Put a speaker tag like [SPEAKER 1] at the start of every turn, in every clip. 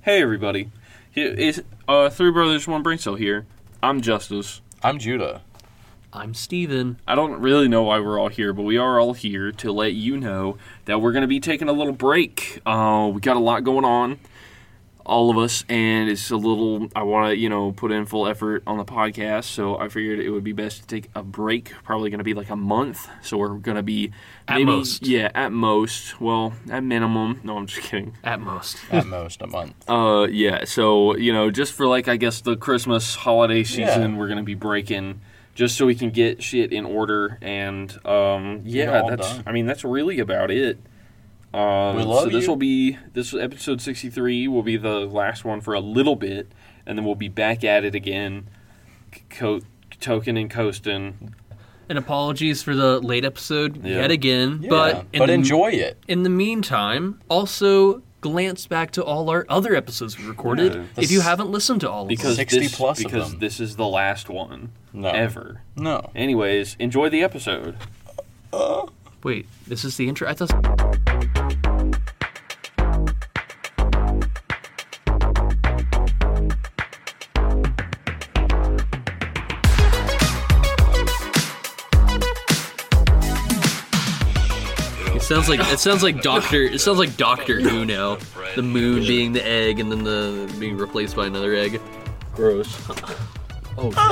[SPEAKER 1] Hey everybody, Here is uh, Three Brothers One Brain Cell here. I'm Justice.
[SPEAKER 2] I'm Judah.
[SPEAKER 3] I'm Steven.
[SPEAKER 1] I don't really know why we're all here, but we are all here to let you know that we're going to be taking a little break. Uh, we got a lot going on, all of us, and it's a little. I want to, you know, put in full effort on the podcast, so I figured it would be best to take a break. Probably going to be like a month, so we're going to be
[SPEAKER 3] At
[SPEAKER 1] maybe-
[SPEAKER 3] most.
[SPEAKER 1] Yeah, at most. Well, at minimum. No, I'm just kidding.
[SPEAKER 3] At most.
[SPEAKER 2] At most a month.
[SPEAKER 1] Uh, yeah. So you know, just for like I guess the Christmas holiday season,
[SPEAKER 2] Yeah.
[SPEAKER 1] we're gonna be breaking just so we can get shit in order. And um,
[SPEAKER 2] it
[SPEAKER 1] yeah,
[SPEAKER 2] all
[SPEAKER 1] that's
[SPEAKER 2] done.
[SPEAKER 1] I mean that's really about it. Um,
[SPEAKER 2] We love
[SPEAKER 1] so this
[SPEAKER 2] you.
[SPEAKER 1] will be this episode sixty three will be the last one for a little bit, and then we'll be back at it again, co- token and coasting.
[SPEAKER 3] And apologies for the late episode
[SPEAKER 1] Yeah.
[SPEAKER 3] yet again,
[SPEAKER 2] Yeah.
[SPEAKER 3] but in
[SPEAKER 2] but
[SPEAKER 3] the,
[SPEAKER 2] enjoy it.
[SPEAKER 3] In the meantime, also glance back to all our other episodes we recorded
[SPEAKER 1] Yeah.
[SPEAKER 3] if you haven't listened to all of
[SPEAKER 1] because
[SPEAKER 3] them.
[SPEAKER 2] 60
[SPEAKER 1] this,
[SPEAKER 2] plus of
[SPEAKER 1] because
[SPEAKER 2] them.
[SPEAKER 1] this is the last one
[SPEAKER 2] No.
[SPEAKER 1] ever.
[SPEAKER 2] No.
[SPEAKER 1] Anyways, enjoy the episode.
[SPEAKER 3] Wait, this is the intro. I thought It sounds like it sounds like Doctor it sounds like Doctor Who now. The moon being the egg and then the being replaced by another egg.
[SPEAKER 1] Gross.
[SPEAKER 3] Oh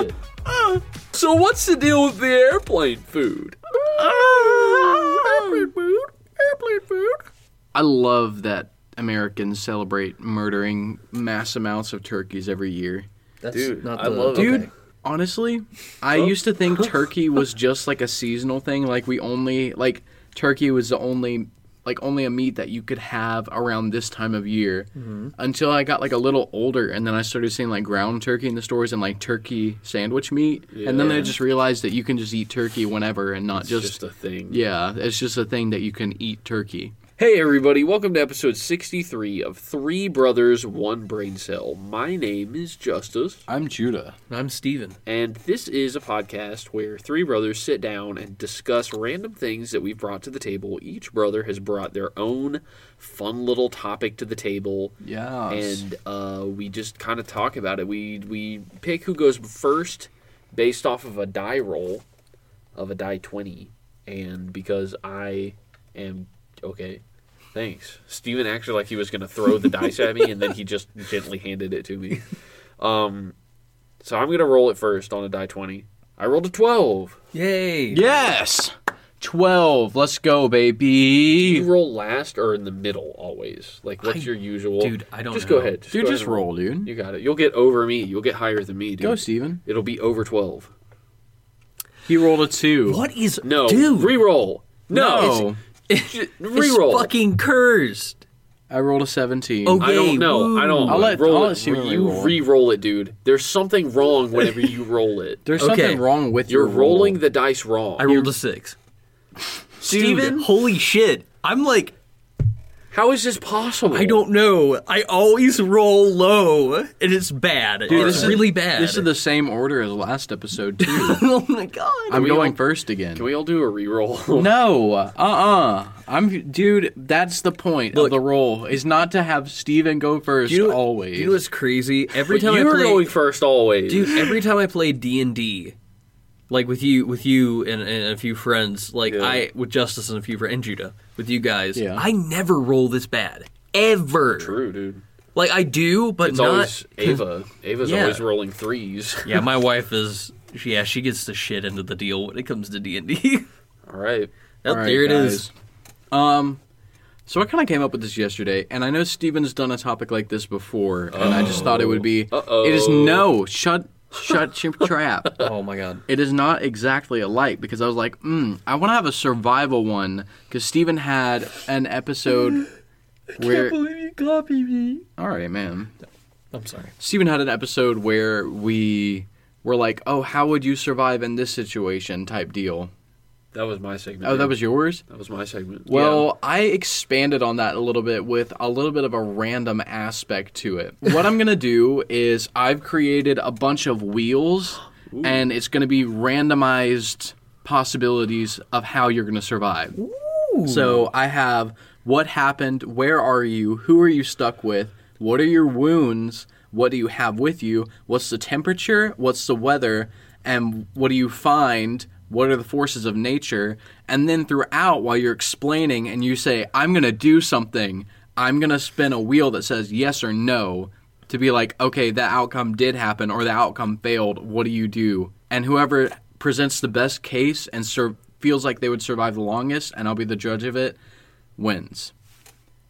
[SPEAKER 3] shit. So what's the deal with the airplane food? Airplane food. Airplane food.
[SPEAKER 4] Ah. I love that Americans celebrate murdering mass amounts of turkeys every year.
[SPEAKER 3] That's
[SPEAKER 5] Dude,
[SPEAKER 3] not
[SPEAKER 5] I
[SPEAKER 3] the-
[SPEAKER 5] love
[SPEAKER 4] Dude,
[SPEAKER 5] it.
[SPEAKER 4] honestly, I used to think turkey was just like a seasonal thing. Like we only like turkey was the only like only a meat that you could have around this time of year. Until I got like a little older, and then I started seeing like ground turkey in the stores and like turkey sandwich meat. And then I just realized that you can just eat turkey whenever and not
[SPEAKER 5] It's
[SPEAKER 4] just.
[SPEAKER 5] just a thing.
[SPEAKER 4] yeah, it's just a thing that you can eat turkey.
[SPEAKER 5] Hey everybody, welcome to episode 63 of Three Brothers One Brain Cell. My name is Justice,
[SPEAKER 2] I'm Judah.
[SPEAKER 3] I'm Steven.
[SPEAKER 5] and this is a podcast where three brothers sit down and discuss random things that we've brought to the table. Each brother has brought their own fun little topic to the table.
[SPEAKER 4] Yeah.
[SPEAKER 5] and uh, we just kind of talk about it. We we pick who goes first based off of a die roll of a die twenty, and because I am okay, thanks. Steven acted like he was gonna throw the dice at me, and then he just gently handed it to me. Um, so I'm gonna roll it first on a die twenty. I rolled a twelve.
[SPEAKER 3] Yay.
[SPEAKER 4] Yes! 12. Let's go, baby.
[SPEAKER 5] You roll last or in the middle always. Like what's
[SPEAKER 3] I- your
[SPEAKER 5] your usual?
[SPEAKER 3] dude, I don't
[SPEAKER 5] Just
[SPEAKER 3] know.
[SPEAKER 5] go ahead.
[SPEAKER 4] Dude,
[SPEAKER 5] go ahead
[SPEAKER 4] just
[SPEAKER 5] and
[SPEAKER 4] roll, dude.
[SPEAKER 5] You got it. You'll get over me. You'll get higher than me, dude.
[SPEAKER 4] Go, Steven.
[SPEAKER 5] It'll be over 12.
[SPEAKER 4] He rolled a 2.
[SPEAKER 3] What is
[SPEAKER 5] No.
[SPEAKER 3] dude?
[SPEAKER 5] Reroll. No.
[SPEAKER 4] No.
[SPEAKER 5] It's,
[SPEAKER 3] It's
[SPEAKER 5] reroll.
[SPEAKER 3] fucking cursed.
[SPEAKER 4] I rolled a 17.
[SPEAKER 3] Oh,
[SPEAKER 5] I
[SPEAKER 3] Yay,
[SPEAKER 5] don't know. I don't.
[SPEAKER 4] woo. I'll let-
[SPEAKER 5] roll
[SPEAKER 4] I'll
[SPEAKER 5] it.
[SPEAKER 4] let Steven
[SPEAKER 5] you
[SPEAKER 4] reroll.
[SPEAKER 5] re-roll it, dude. There's something wrong whenever you roll it.
[SPEAKER 4] There's
[SPEAKER 3] okay.
[SPEAKER 4] something wrong with
[SPEAKER 5] You're
[SPEAKER 4] your roll.
[SPEAKER 5] rolling the dice wrong.
[SPEAKER 3] I rolled a six.
[SPEAKER 5] Steven?
[SPEAKER 3] Dude, holy shit! I'm like,
[SPEAKER 5] How is this possible?
[SPEAKER 4] Oh.
[SPEAKER 3] I don't know. I always roll low, and it's bad.
[SPEAKER 4] Dude,
[SPEAKER 3] it's
[SPEAKER 4] this is-
[SPEAKER 3] really bad.
[SPEAKER 4] This is the same order as last episode, too.
[SPEAKER 3] oh my god!
[SPEAKER 4] I'm
[SPEAKER 5] we
[SPEAKER 4] going
[SPEAKER 5] all-
[SPEAKER 4] first again.
[SPEAKER 5] Can we all do a re-roll?
[SPEAKER 4] No, uh, uh I'm, dude. That's the point
[SPEAKER 3] Look.
[SPEAKER 4] of the roll is not to have Steven go first
[SPEAKER 3] you know,
[SPEAKER 4] always.
[SPEAKER 3] You know what's crazy? Every
[SPEAKER 5] you
[SPEAKER 3] time I
[SPEAKER 5] were
[SPEAKER 3] play,
[SPEAKER 5] going first always.
[SPEAKER 3] dude. Every time I play D and D, like with you, with you and, and a few friends, like I with Justice and a few friends, and Judah with you guys,
[SPEAKER 4] Yeah.
[SPEAKER 3] I never roll this bad ever.
[SPEAKER 5] True, dude.
[SPEAKER 3] Like I do, but
[SPEAKER 5] It's
[SPEAKER 3] not.
[SPEAKER 5] always Ava. Ava's
[SPEAKER 3] Yeah.
[SPEAKER 5] always rolling threes.
[SPEAKER 3] yeah, my wife is. she- Yeah, she gets the shit into the deal when it comes to D and D.
[SPEAKER 5] All right.
[SPEAKER 4] All right,
[SPEAKER 3] There it
[SPEAKER 4] guys.
[SPEAKER 3] is.
[SPEAKER 4] Um, so I kind of came up with this yesterday, and I know Steven's done a topic like this before, and I just thought it would be.
[SPEAKER 5] Uh-oh.
[SPEAKER 4] It is no shut shut your trap.
[SPEAKER 3] Oh my god.
[SPEAKER 4] It is not exactly alike because I was like, mm, I want to have a survival one because Steven had an episode where.
[SPEAKER 3] you copy me.
[SPEAKER 4] All right, man.
[SPEAKER 3] I'm sorry.
[SPEAKER 4] Steven had an episode where we were like, oh, how would you survive in this situation type deal.
[SPEAKER 5] That was my segment.
[SPEAKER 4] Oh, that
[SPEAKER 5] dude.
[SPEAKER 4] was yours?
[SPEAKER 5] that was my segment.
[SPEAKER 4] Well, I expanded on that a little bit with a little bit of a random aspect to it. What I'm going to do is I've created a bunch of wheels and it's going to be randomized possibilities of how you're going to survive. So I have what happened, where are you, who are you stuck with, What are your wounds? What do you have with you? What's the temperature? What's the weather? And what do you find? What are the forces of nature? And then throughout, while you're explaining and you say, I'm going to do something, I'm going to spin a wheel that says yes or no to be like, okay, that outcome did happen or the outcome failed. What do you do? And whoever presents the best case and sur- feels like they would survive the longest, and I'll be the judge of it, wins.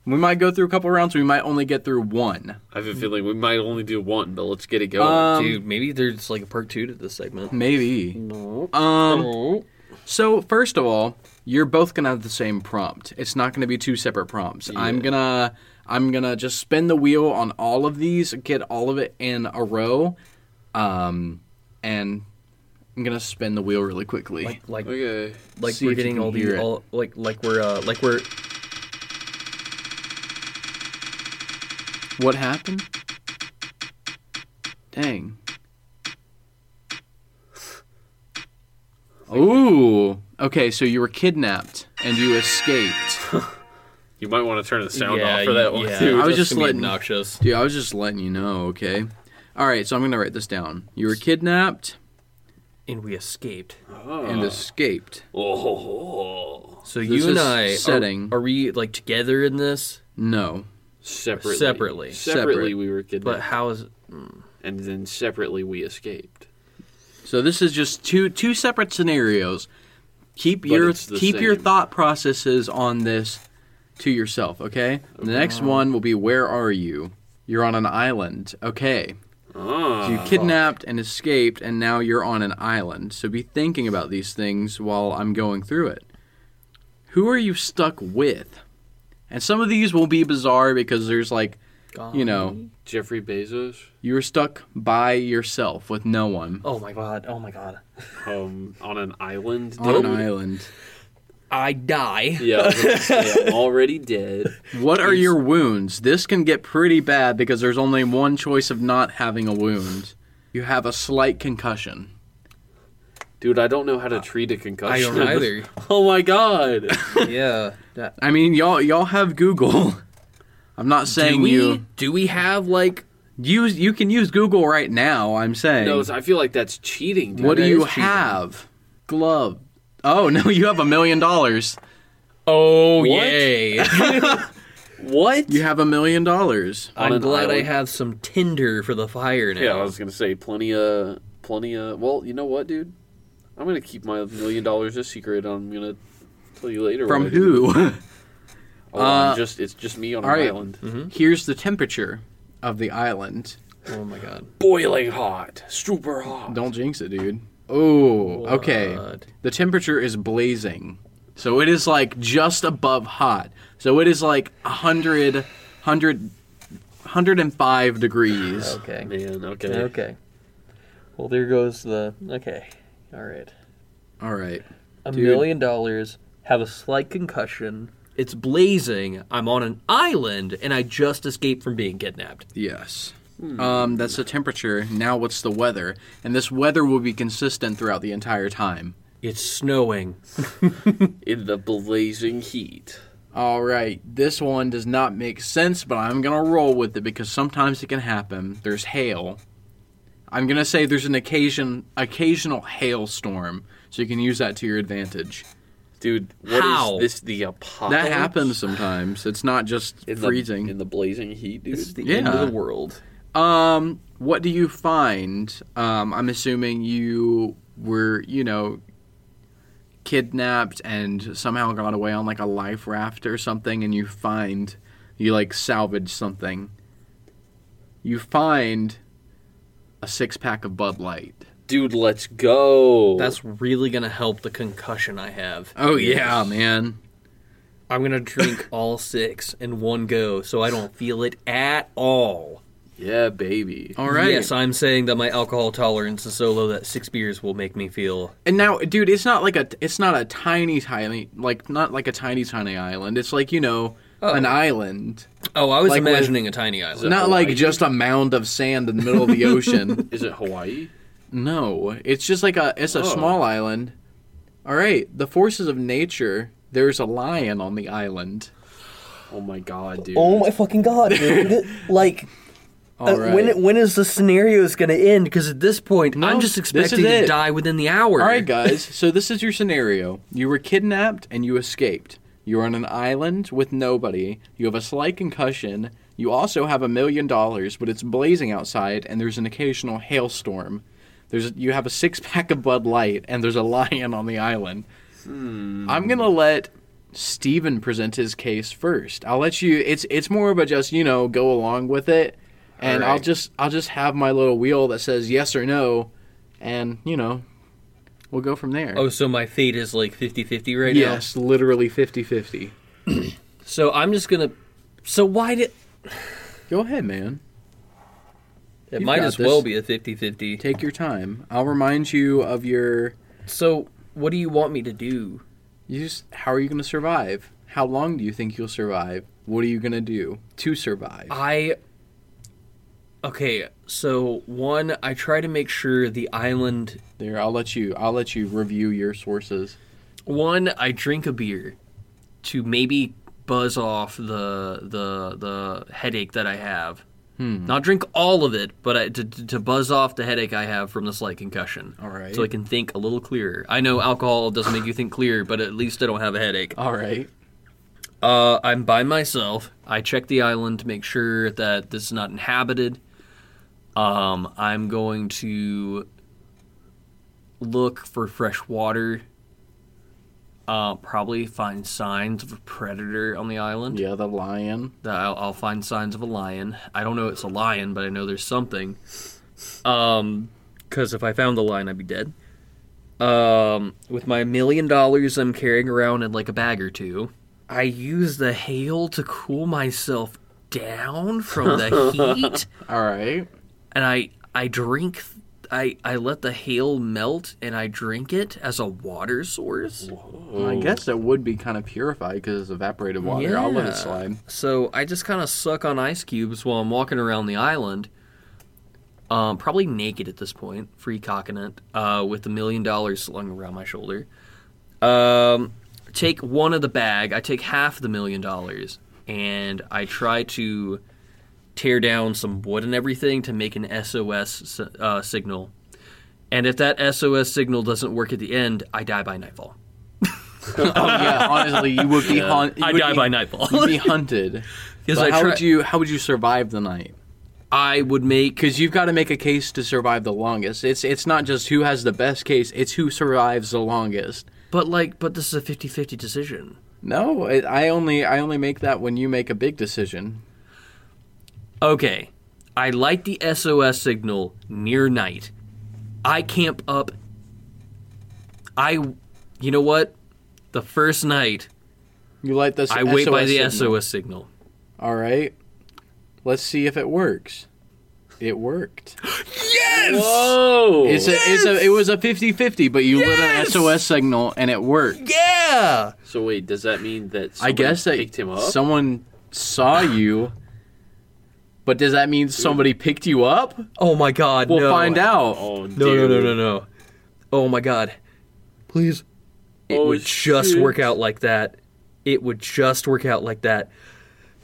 [SPEAKER 4] We might go through a couple rounds. We might only get through one.
[SPEAKER 5] I have a feeling we might only do one, but let's get it going.
[SPEAKER 4] Um,
[SPEAKER 3] Dude, maybe there's like a part two to this segment.
[SPEAKER 4] Maybe. Um, so first of all, you're both gonna have the same prompt. It's not gonna be two separate prompts. I'm gonna I'm gonna just spin the wheel on all of these, get all of it in a row, um, and I'm gonna spin the wheel really quickly.
[SPEAKER 3] Like, like,
[SPEAKER 5] okay.
[SPEAKER 3] like
[SPEAKER 4] see
[SPEAKER 3] we're
[SPEAKER 4] if you
[SPEAKER 3] getting
[SPEAKER 4] can
[SPEAKER 3] all
[SPEAKER 4] hear
[SPEAKER 3] the
[SPEAKER 4] it.
[SPEAKER 3] all like, like we're, uh, like we're.
[SPEAKER 4] what happened? Dang. Ooh. Okay, so you were kidnapped and you escaped.
[SPEAKER 5] You might want to turn the sound
[SPEAKER 3] yeah,
[SPEAKER 5] off for that one
[SPEAKER 3] yeah,
[SPEAKER 5] too.
[SPEAKER 4] I was
[SPEAKER 3] that's
[SPEAKER 4] just
[SPEAKER 3] gonna be
[SPEAKER 4] letting-
[SPEAKER 3] obnoxious.
[SPEAKER 4] Dude, I was just letting you know, okay? All right, so I'm going to write this down. You were kidnapped
[SPEAKER 3] and we escaped.
[SPEAKER 5] Uh.
[SPEAKER 4] and escaped.
[SPEAKER 5] Oh,
[SPEAKER 3] So
[SPEAKER 4] This
[SPEAKER 3] you and
[SPEAKER 4] is
[SPEAKER 3] I are-
[SPEAKER 4] setting.
[SPEAKER 3] Are, we like together in this?
[SPEAKER 4] No.
[SPEAKER 5] separately.
[SPEAKER 3] Separately.
[SPEAKER 5] Separately,
[SPEAKER 4] Separate.
[SPEAKER 5] we were kidnapped,
[SPEAKER 3] But how is
[SPEAKER 5] and then separately we escaped.
[SPEAKER 4] So this is just two two separate scenarios. Keep your
[SPEAKER 5] it's the
[SPEAKER 4] keep your
[SPEAKER 5] same.
[SPEAKER 4] thought processes on this to yourself, okay? The
[SPEAKER 5] Uh.
[SPEAKER 4] next one will be where are you? You're on an island. Okay.
[SPEAKER 5] Ah,
[SPEAKER 3] Uh,
[SPEAKER 4] So you kidnapped and escaped and now you're on an island. So be thinking about these things while I'm going through it. Who are you stuck with? And some of these will be bizarre because there's like
[SPEAKER 3] God.
[SPEAKER 4] you know,
[SPEAKER 5] Jeffrey Bezos.
[SPEAKER 4] you were stuck by yourself with no one
[SPEAKER 3] Oh my god! Oh my god!
[SPEAKER 5] um, on an island.
[SPEAKER 3] Oh,
[SPEAKER 4] on an
[SPEAKER 5] dude.
[SPEAKER 4] island.
[SPEAKER 3] I die.
[SPEAKER 5] Yeah, I was gonna say, already dead.
[SPEAKER 4] What are your wounds? This can get pretty bad because there's only one choice of not having a wound. You have a slight concussion.
[SPEAKER 5] Dude, I don't know how to treat a concussion.
[SPEAKER 3] I don't either.
[SPEAKER 5] oh my god.
[SPEAKER 3] yeah. That-
[SPEAKER 4] I mean, y'all y'all have Google. I'm not saying
[SPEAKER 3] do we
[SPEAKER 4] you
[SPEAKER 3] do we have like
[SPEAKER 4] use you can use Google right now. I'm saying.
[SPEAKER 5] No, it's- I feel like that's cheating. Dude.
[SPEAKER 4] what do
[SPEAKER 3] that
[SPEAKER 4] you
[SPEAKER 3] is cheating.
[SPEAKER 4] have? Glove. Oh no, you have a million dollars.
[SPEAKER 3] oh
[SPEAKER 5] yay. What?
[SPEAKER 4] You have a million dollars.
[SPEAKER 5] On
[SPEAKER 3] I'm
[SPEAKER 5] an
[SPEAKER 3] glad I
[SPEAKER 5] island.
[SPEAKER 3] have some tinder for the fire now.
[SPEAKER 5] Yeah, I was gonna say plenty of plenty of. Well, you know what, dude? I'm gonna keep my million dollars a secret. I'm gonna tell you later.
[SPEAKER 4] From
[SPEAKER 5] what I did.
[SPEAKER 4] who?
[SPEAKER 5] Oh, I'm
[SPEAKER 4] Uh,
[SPEAKER 5] just it's just me on an
[SPEAKER 4] all right.
[SPEAKER 5] island,
[SPEAKER 4] Here's the temperature of the island.
[SPEAKER 3] oh my god.
[SPEAKER 5] boiling hot, super hot.
[SPEAKER 4] Don't jinx it, dude. Oh, okay.
[SPEAKER 3] What?
[SPEAKER 4] The temperature is blazing. So it is like just above hot. So it is like 100, 100, 105 degrees.
[SPEAKER 3] Okay.
[SPEAKER 5] Man, okay.
[SPEAKER 3] Okay. Well, there goes the okay. All right.
[SPEAKER 4] All right.
[SPEAKER 3] A
[SPEAKER 4] Dude.
[SPEAKER 3] million dollars. Have a slight concussion. It's blazing. I'm on an island, and I just escaped from being kidnapped.
[SPEAKER 4] Yes.
[SPEAKER 5] Hmm.
[SPEAKER 4] Um, that's the temperature. Now what's the weather? And this weather will be consistent throughout the entire time.
[SPEAKER 3] It's snowing.
[SPEAKER 5] In the blazing heat.
[SPEAKER 4] All right, this one does not make sense, but I'm gonna roll with it because sometimes it can happen. There's hail. I'm gonna say there's an occasion, occasional hailstorm, so you can use that to your advantage.
[SPEAKER 5] Dude, What is
[SPEAKER 3] How?
[SPEAKER 5] this? The apocalypse?
[SPEAKER 4] That happens sometimes. It's not just
[SPEAKER 5] in the-
[SPEAKER 4] freezing.
[SPEAKER 5] in the blazing heat, dude.
[SPEAKER 3] This is the end
[SPEAKER 4] Yeah.
[SPEAKER 3] of the world.
[SPEAKER 4] um, what do you find? Um, I'm assuming you were, you know, kidnapped and somehow got away on like a life raft or something, and you find you like salvage something. You find a six pack of Bud Light.
[SPEAKER 5] Dude, let's go.
[SPEAKER 3] That's really gonna help the concussion I have.
[SPEAKER 4] Oh yeah, man.
[SPEAKER 3] I'm gonna drink all six in one go, so I don't feel it at all.
[SPEAKER 5] yeah, baby.
[SPEAKER 4] All right.
[SPEAKER 3] Yes, I'm saying that my alcohol tolerance is so low that six beers will make me feel.
[SPEAKER 4] And now, dude, it's not like a it's not a tiny tiny like not like a tiny tiny island. It's like you know an island,
[SPEAKER 3] Oh, I was
[SPEAKER 4] Like with-
[SPEAKER 3] imagining a tiny island.
[SPEAKER 4] not
[SPEAKER 5] Hawaii?
[SPEAKER 4] like just a mound of sand in the middle of the ocean.
[SPEAKER 5] Is it Hawaii?
[SPEAKER 4] no, it's just like a it's a small island. All right, the forces of nature. There's a lion on the island.
[SPEAKER 5] Oh my god, dude.
[SPEAKER 3] Oh my fucking god, dude. like, uh,
[SPEAKER 4] right.
[SPEAKER 3] when when is the scenarios gonna end? Because at this point,
[SPEAKER 4] No,
[SPEAKER 3] I'm just
[SPEAKER 4] this is
[SPEAKER 3] expecting to
[SPEAKER 4] it.
[SPEAKER 3] die within the hour.
[SPEAKER 4] All right, guys. So this is your scenario. You were kidnapped and you escaped. You're on an island with nobody. You have a slight concussion. You also have a million dollars, but it's blazing outside and there's an occasional hailstorm. There's you have a six pack of Bud Light and there's a lion on the island. I'm gonna let Steven present his case first. I'll let you. It's it's more of a just you know go along with it, and I'll
[SPEAKER 5] Alright.
[SPEAKER 4] just I'll just have my little wheel that says yes or no, and you know we'll go from there.
[SPEAKER 3] Oh, so my fate is like 50-50 right now.
[SPEAKER 4] yes, literally 50-50.
[SPEAKER 3] So I'm just gonna. So why did
[SPEAKER 4] Go ahead, man.
[SPEAKER 3] it
[SPEAKER 4] You've
[SPEAKER 3] might
[SPEAKER 4] got
[SPEAKER 3] as well
[SPEAKER 4] this.
[SPEAKER 3] be a 50-50.
[SPEAKER 4] Take your time. I'll remind you of your.
[SPEAKER 3] So what do you want me to do?
[SPEAKER 4] You just, how are you gonna survive? How long do you think you'll survive? What are you gonna do to survive?
[SPEAKER 3] I okay. So one, I try to make sure the island.
[SPEAKER 4] There, I'll let you. I'll let you review your sources.
[SPEAKER 3] One, I drink a beer to maybe buzz off the the the headache that I have.
[SPEAKER 4] Hmm.
[SPEAKER 3] Not drink all of it, but I, to, to to buzz off the headache I have from the slight concussion.
[SPEAKER 4] All right.
[SPEAKER 3] So I can think a little clearer. I know alcohol doesn't make you think clear, but at least I don't have a headache.
[SPEAKER 4] All right.
[SPEAKER 3] Uh, I'm by myself. I check the island to make sure that this is not inhabited. Um, I'm going to look for fresh water. Uh, probably find signs of a predator on the island.
[SPEAKER 4] Yeah, the lion.
[SPEAKER 3] That I'll, I'll find signs of a lion. I don't know it's a lion, but I know there's something. Um, because if I found the lion, I'd be dead. Um, with my million dollars I'm carrying around in like a bag or two, I use the hail to cool myself down from the heat,
[SPEAKER 4] All right.
[SPEAKER 3] and I I drink. I, I let the hail melt and I drink it as a water source.
[SPEAKER 4] Well, I guess that would be kind of purified because it's evaporated water. I'll let
[SPEAKER 3] Yeah.
[SPEAKER 4] it slide.
[SPEAKER 3] So I just kind of suck on ice cubes while I'm walking around the island. Um, probably naked at this point, free cocking it, uh, with a million dollars slung around my shoulder. Um, take one of the bag. I take half the million dollars, and I try to tear down some wood and everything to make an SOS s- uh, signal. And if that SOS signal doesn't work at the end, I die by nightfall.
[SPEAKER 4] Oh yeah, honestly, you would be haunted.
[SPEAKER 3] I die by nightfall.
[SPEAKER 4] You'd be hunted.
[SPEAKER 3] Because
[SPEAKER 4] But
[SPEAKER 3] I
[SPEAKER 4] how
[SPEAKER 3] try-
[SPEAKER 4] would you? How would you survive the night?
[SPEAKER 3] I would make
[SPEAKER 4] Because you've got to make a case to survive the longest. It's it's not just who has the best case. It's who survives the longest.
[SPEAKER 3] But like, but this is a 50-50 decision.
[SPEAKER 4] No, it, I only I only make that when you make a big decision.
[SPEAKER 3] Okay, I light the SOS signal near night. I camp up. I, you know what? The first night,
[SPEAKER 4] You light this.
[SPEAKER 3] I wait by
[SPEAKER 4] SOS
[SPEAKER 3] the
[SPEAKER 4] signal.
[SPEAKER 3] SOS signal.
[SPEAKER 4] All right. Let's see if it works. It worked.
[SPEAKER 5] Whoa!
[SPEAKER 4] It's a, it's a, it was a 50-50, but you
[SPEAKER 3] Yes!
[SPEAKER 4] lit an SOS signal and it worked.
[SPEAKER 3] Yeah.
[SPEAKER 5] so wait, does that mean that
[SPEAKER 4] I
[SPEAKER 5] somebody
[SPEAKER 4] guess that
[SPEAKER 5] picked him up?
[SPEAKER 4] someone saw you. But does that mean somebody picked you up?
[SPEAKER 3] Oh my God.
[SPEAKER 4] We'll
[SPEAKER 3] no.
[SPEAKER 4] find out.
[SPEAKER 5] oh, dude.
[SPEAKER 3] No, no, no, no, no. Oh my God. Please. It
[SPEAKER 5] Oh,
[SPEAKER 3] would just
[SPEAKER 5] shit.
[SPEAKER 3] work out like that. It would just work out like that.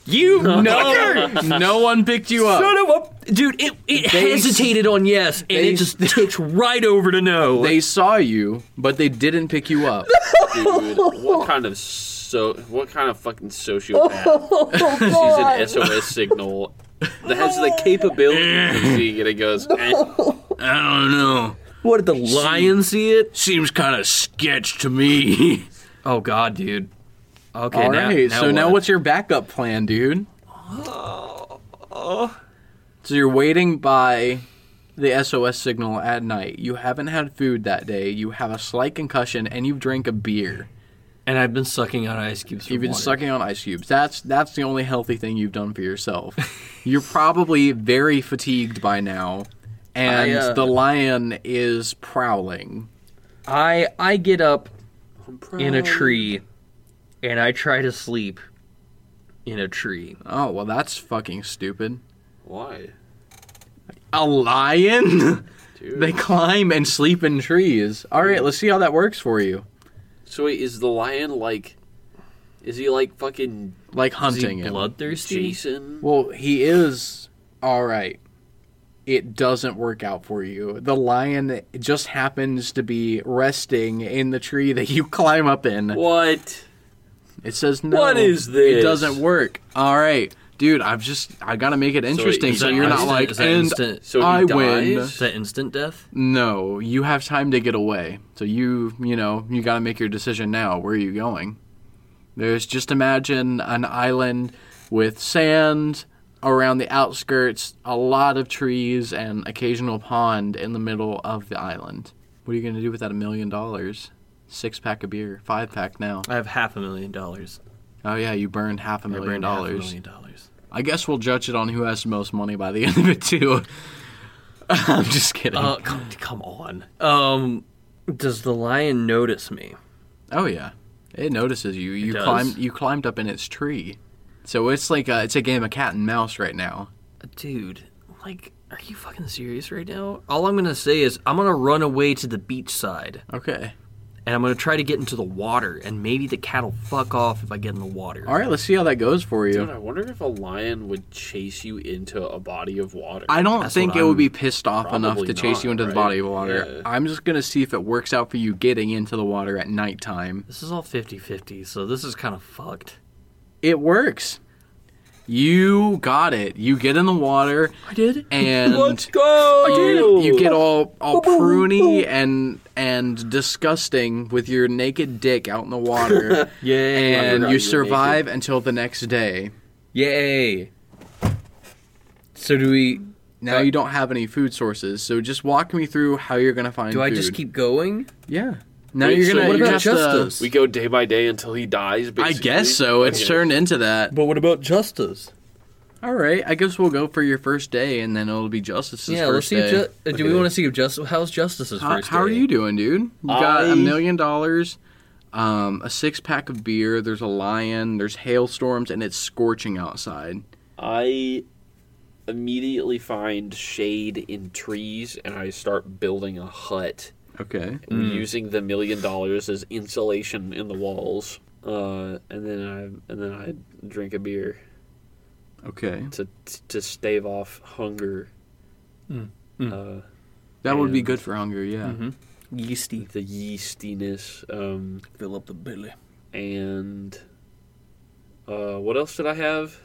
[SPEAKER 3] You know.
[SPEAKER 4] no one picked you up.
[SPEAKER 3] Shut him up, dude. It, it
[SPEAKER 4] They-
[SPEAKER 3] hesitated on yes, and
[SPEAKER 4] they-
[SPEAKER 3] it just ticked right over to no.
[SPEAKER 4] They saw you, but they didn't pick you up.
[SPEAKER 5] Dude, what kind of so? What kind of fucking sociopath sees an SOS signal that has the capability of seeing it and goes, eh,
[SPEAKER 4] I don't know.
[SPEAKER 3] what did the lion see it?
[SPEAKER 4] Seems kind of sketch to me.
[SPEAKER 3] Oh God, dude. Okay,
[SPEAKER 4] All right.
[SPEAKER 3] now, now
[SPEAKER 4] so now
[SPEAKER 3] what?
[SPEAKER 4] what's your backup plan, dude? So you're waiting by the SOS signal at night. You haven't had food that day. You have a slight concussion, and you've drank a beer.
[SPEAKER 3] And I've been sucking on ice cubes. For
[SPEAKER 4] You've been
[SPEAKER 3] water.
[SPEAKER 4] sucking on ice cubes. That's that's the only healthy thing you've done for yourself. you're probably very fatigued by now, and
[SPEAKER 3] I, uh,
[SPEAKER 4] the lion is prowling.
[SPEAKER 3] I I get up
[SPEAKER 5] I'm
[SPEAKER 3] in a
[SPEAKER 5] proud.
[SPEAKER 3] tree, and I try to sleep in a tree.
[SPEAKER 4] Oh well, that's fucking stupid.
[SPEAKER 5] Why,
[SPEAKER 4] A lion.
[SPEAKER 5] dude?
[SPEAKER 4] They climb and sleep in trees. All right, let's see how that works for you.
[SPEAKER 5] so wait, is the lion like? Is he like fucking
[SPEAKER 4] like
[SPEAKER 3] Is he
[SPEAKER 4] hunting him.
[SPEAKER 3] bloodthirsty?
[SPEAKER 5] Jason?
[SPEAKER 4] Well, he is all right. It doesn't work out for you. The lion just happens to be resting in the tree that you climb up in.
[SPEAKER 5] What?
[SPEAKER 4] It says no.
[SPEAKER 5] What is
[SPEAKER 4] It
[SPEAKER 5] this?
[SPEAKER 4] doesn't work. All right, dude. I've just I gotta make it interesting.
[SPEAKER 5] is
[SPEAKER 4] So,
[SPEAKER 5] that
[SPEAKER 4] you're not
[SPEAKER 5] instant-
[SPEAKER 4] like
[SPEAKER 3] is that
[SPEAKER 4] and
[SPEAKER 3] instant-
[SPEAKER 5] So he
[SPEAKER 4] I
[SPEAKER 5] dies?
[SPEAKER 4] win.
[SPEAKER 3] Is that instant death?
[SPEAKER 4] No, you have time to get away. So you you know you gotta make your decision now. Where are you going? There's just imagine an island with sand around the outskirts, a lot of trees, and occasional pond in the middle of the island. What are you gonna do with that a million dollars? Six pack of beer, five pack now.
[SPEAKER 3] I have half a million dollars.
[SPEAKER 4] Oh yeah, you burned half a
[SPEAKER 3] I
[SPEAKER 4] million
[SPEAKER 3] burned half a
[SPEAKER 4] dollars.
[SPEAKER 3] million dollars.
[SPEAKER 4] I guess we'll judge it on who has the most money by the end of it too. I'm just kidding.
[SPEAKER 3] Uh, come, come on. Um, does the lion notice me?
[SPEAKER 4] oh yeah, it notices you. You
[SPEAKER 3] does.
[SPEAKER 4] climbed. You climbed up in its tree, so it's like a, it's a game of cat and mouse right now.
[SPEAKER 3] Dude, like, are you fucking serious right now? All I'm gonna say is I'm gonna run away to the beachside
[SPEAKER 4] Okay.
[SPEAKER 3] and I'm gonna try to get into the water and maybe the cat'll fuck off if I get in the water.
[SPEAKER 4] All right. Let's see how that goes for
[SPEAKER 5] Dude,
[SPEAKER 4] you.
[SPEAKER 5] I wonder if a lion would chase you into a body of water.
[SPEAKER 4] I don't
[SPEAKER 3] That's
[SPEAKER 4] think
[SPEAKER 3] what
[SPEAKER 4] it would
[SPEAKER 3] I'm-
[SPEAKER 4] be pissed off enough
[SPEAKER 5] Probably
[SPEAKER 4] to chase
[SPEAKER 5] not,
[SPEAKER 4] you into the
[SPEAKER 5] right?
[SPEAKER 4] body of water.
[SPEAKER 5] Yeah.
[SPEAKER 4] I'm just gonna see if it works out for you getting into the water at nighttime.
[SPEAKER 3] This is all 50 50, so this is kind of fucked.
[SPEAKER 4] It works. You got it. You get in the water
[SPEAKER 3] I did?
[SPEAKER 4] and
[SPEAKER 3] Oh,
[SPEAKER 5] go!
[SPEAKER 4] Dude, you get all all pruny and and disgusting with your naked dick out in the water,
[SPEAKER 3] Yay.
[SPEAKER 5] I forgot you
[SPEAKER 4] and
[SPEAKER 5] were
[SPEAKER 4] you survive until the next day.
[SPEAKER 3] Yay. So do we.
[SPEAKER 4] Now you don't have any food sources, so just walk me through how you're gonna find.
[SPEAKER 3] Do I
[SPEAKER 4] food.
[SPEAKER 3] just keep going?
[SPEAKER 4] Yeah. Now
[SPEAKER 5] Wait,
[SPEAKER 4] you're
[SPEAKER 5] so
[SPEAKER 4] gonna.
[SPEAKER 5] what
[SPEAKER 4] you
[SPEAKER 5] about
[SPEAKER 4] have to-
[SPEAKER 3] justice?
[SPEAKER 5] We go day by day until he dies.
[SPEAKER 4] I
[SPEAKER 5] Basically.
[SPEAKER 4] guess so. It's
[SPEAKER 5] Okay.
[SPEAKER 4] turned into that.
[SPEAKER 3] But what about justice?
[SPEAKER 4] All right. I guess we'll go for your first day, and then it'll be Justice's
[SPEAKER 3] yeah, let's
[SPEAKER 4] first
[SPEAKER 3] see. If
[SPEAKER 4] day.
[SPEAKER 3] ju- uh, do we want to see if justice? How's justice's
[SPEAKER 4] How,
[SPEAKER 3] first?
[SPEAKER 4] how are
[SPEAKER 3] day?
[SPEAKER 4] you doing, dude? You got
[SPEAKER 5] I-
[SPEAKER 4] a million dollars, um, a six pack of beer. There's a lion. There's hailstorms, and it's scorching outside.
[SPEAKER 5] I immediately find shade in trees and I start building a hut
[SPEAKER 4] Okay.
[SPEAKER 5] using the million dollars as insulation in the walls. Uh, and then I and then I drink a beer
[SPEAKER 4] Okay.
[SPEAKER 5] to to stave off hunger. Uh,
[SPEAKER 4] That would be
[SPEAKER 5] And-
[SPEAKER 4] good for hunger. Yeah.
[SPEAKER 3] Mm-hmm. Yeasty.
[SPEAKER 5] the yeastiness. Um,
[SPEAKER 3] Fill up the belly.
[SPEAKER 5] and uh, what else did I have?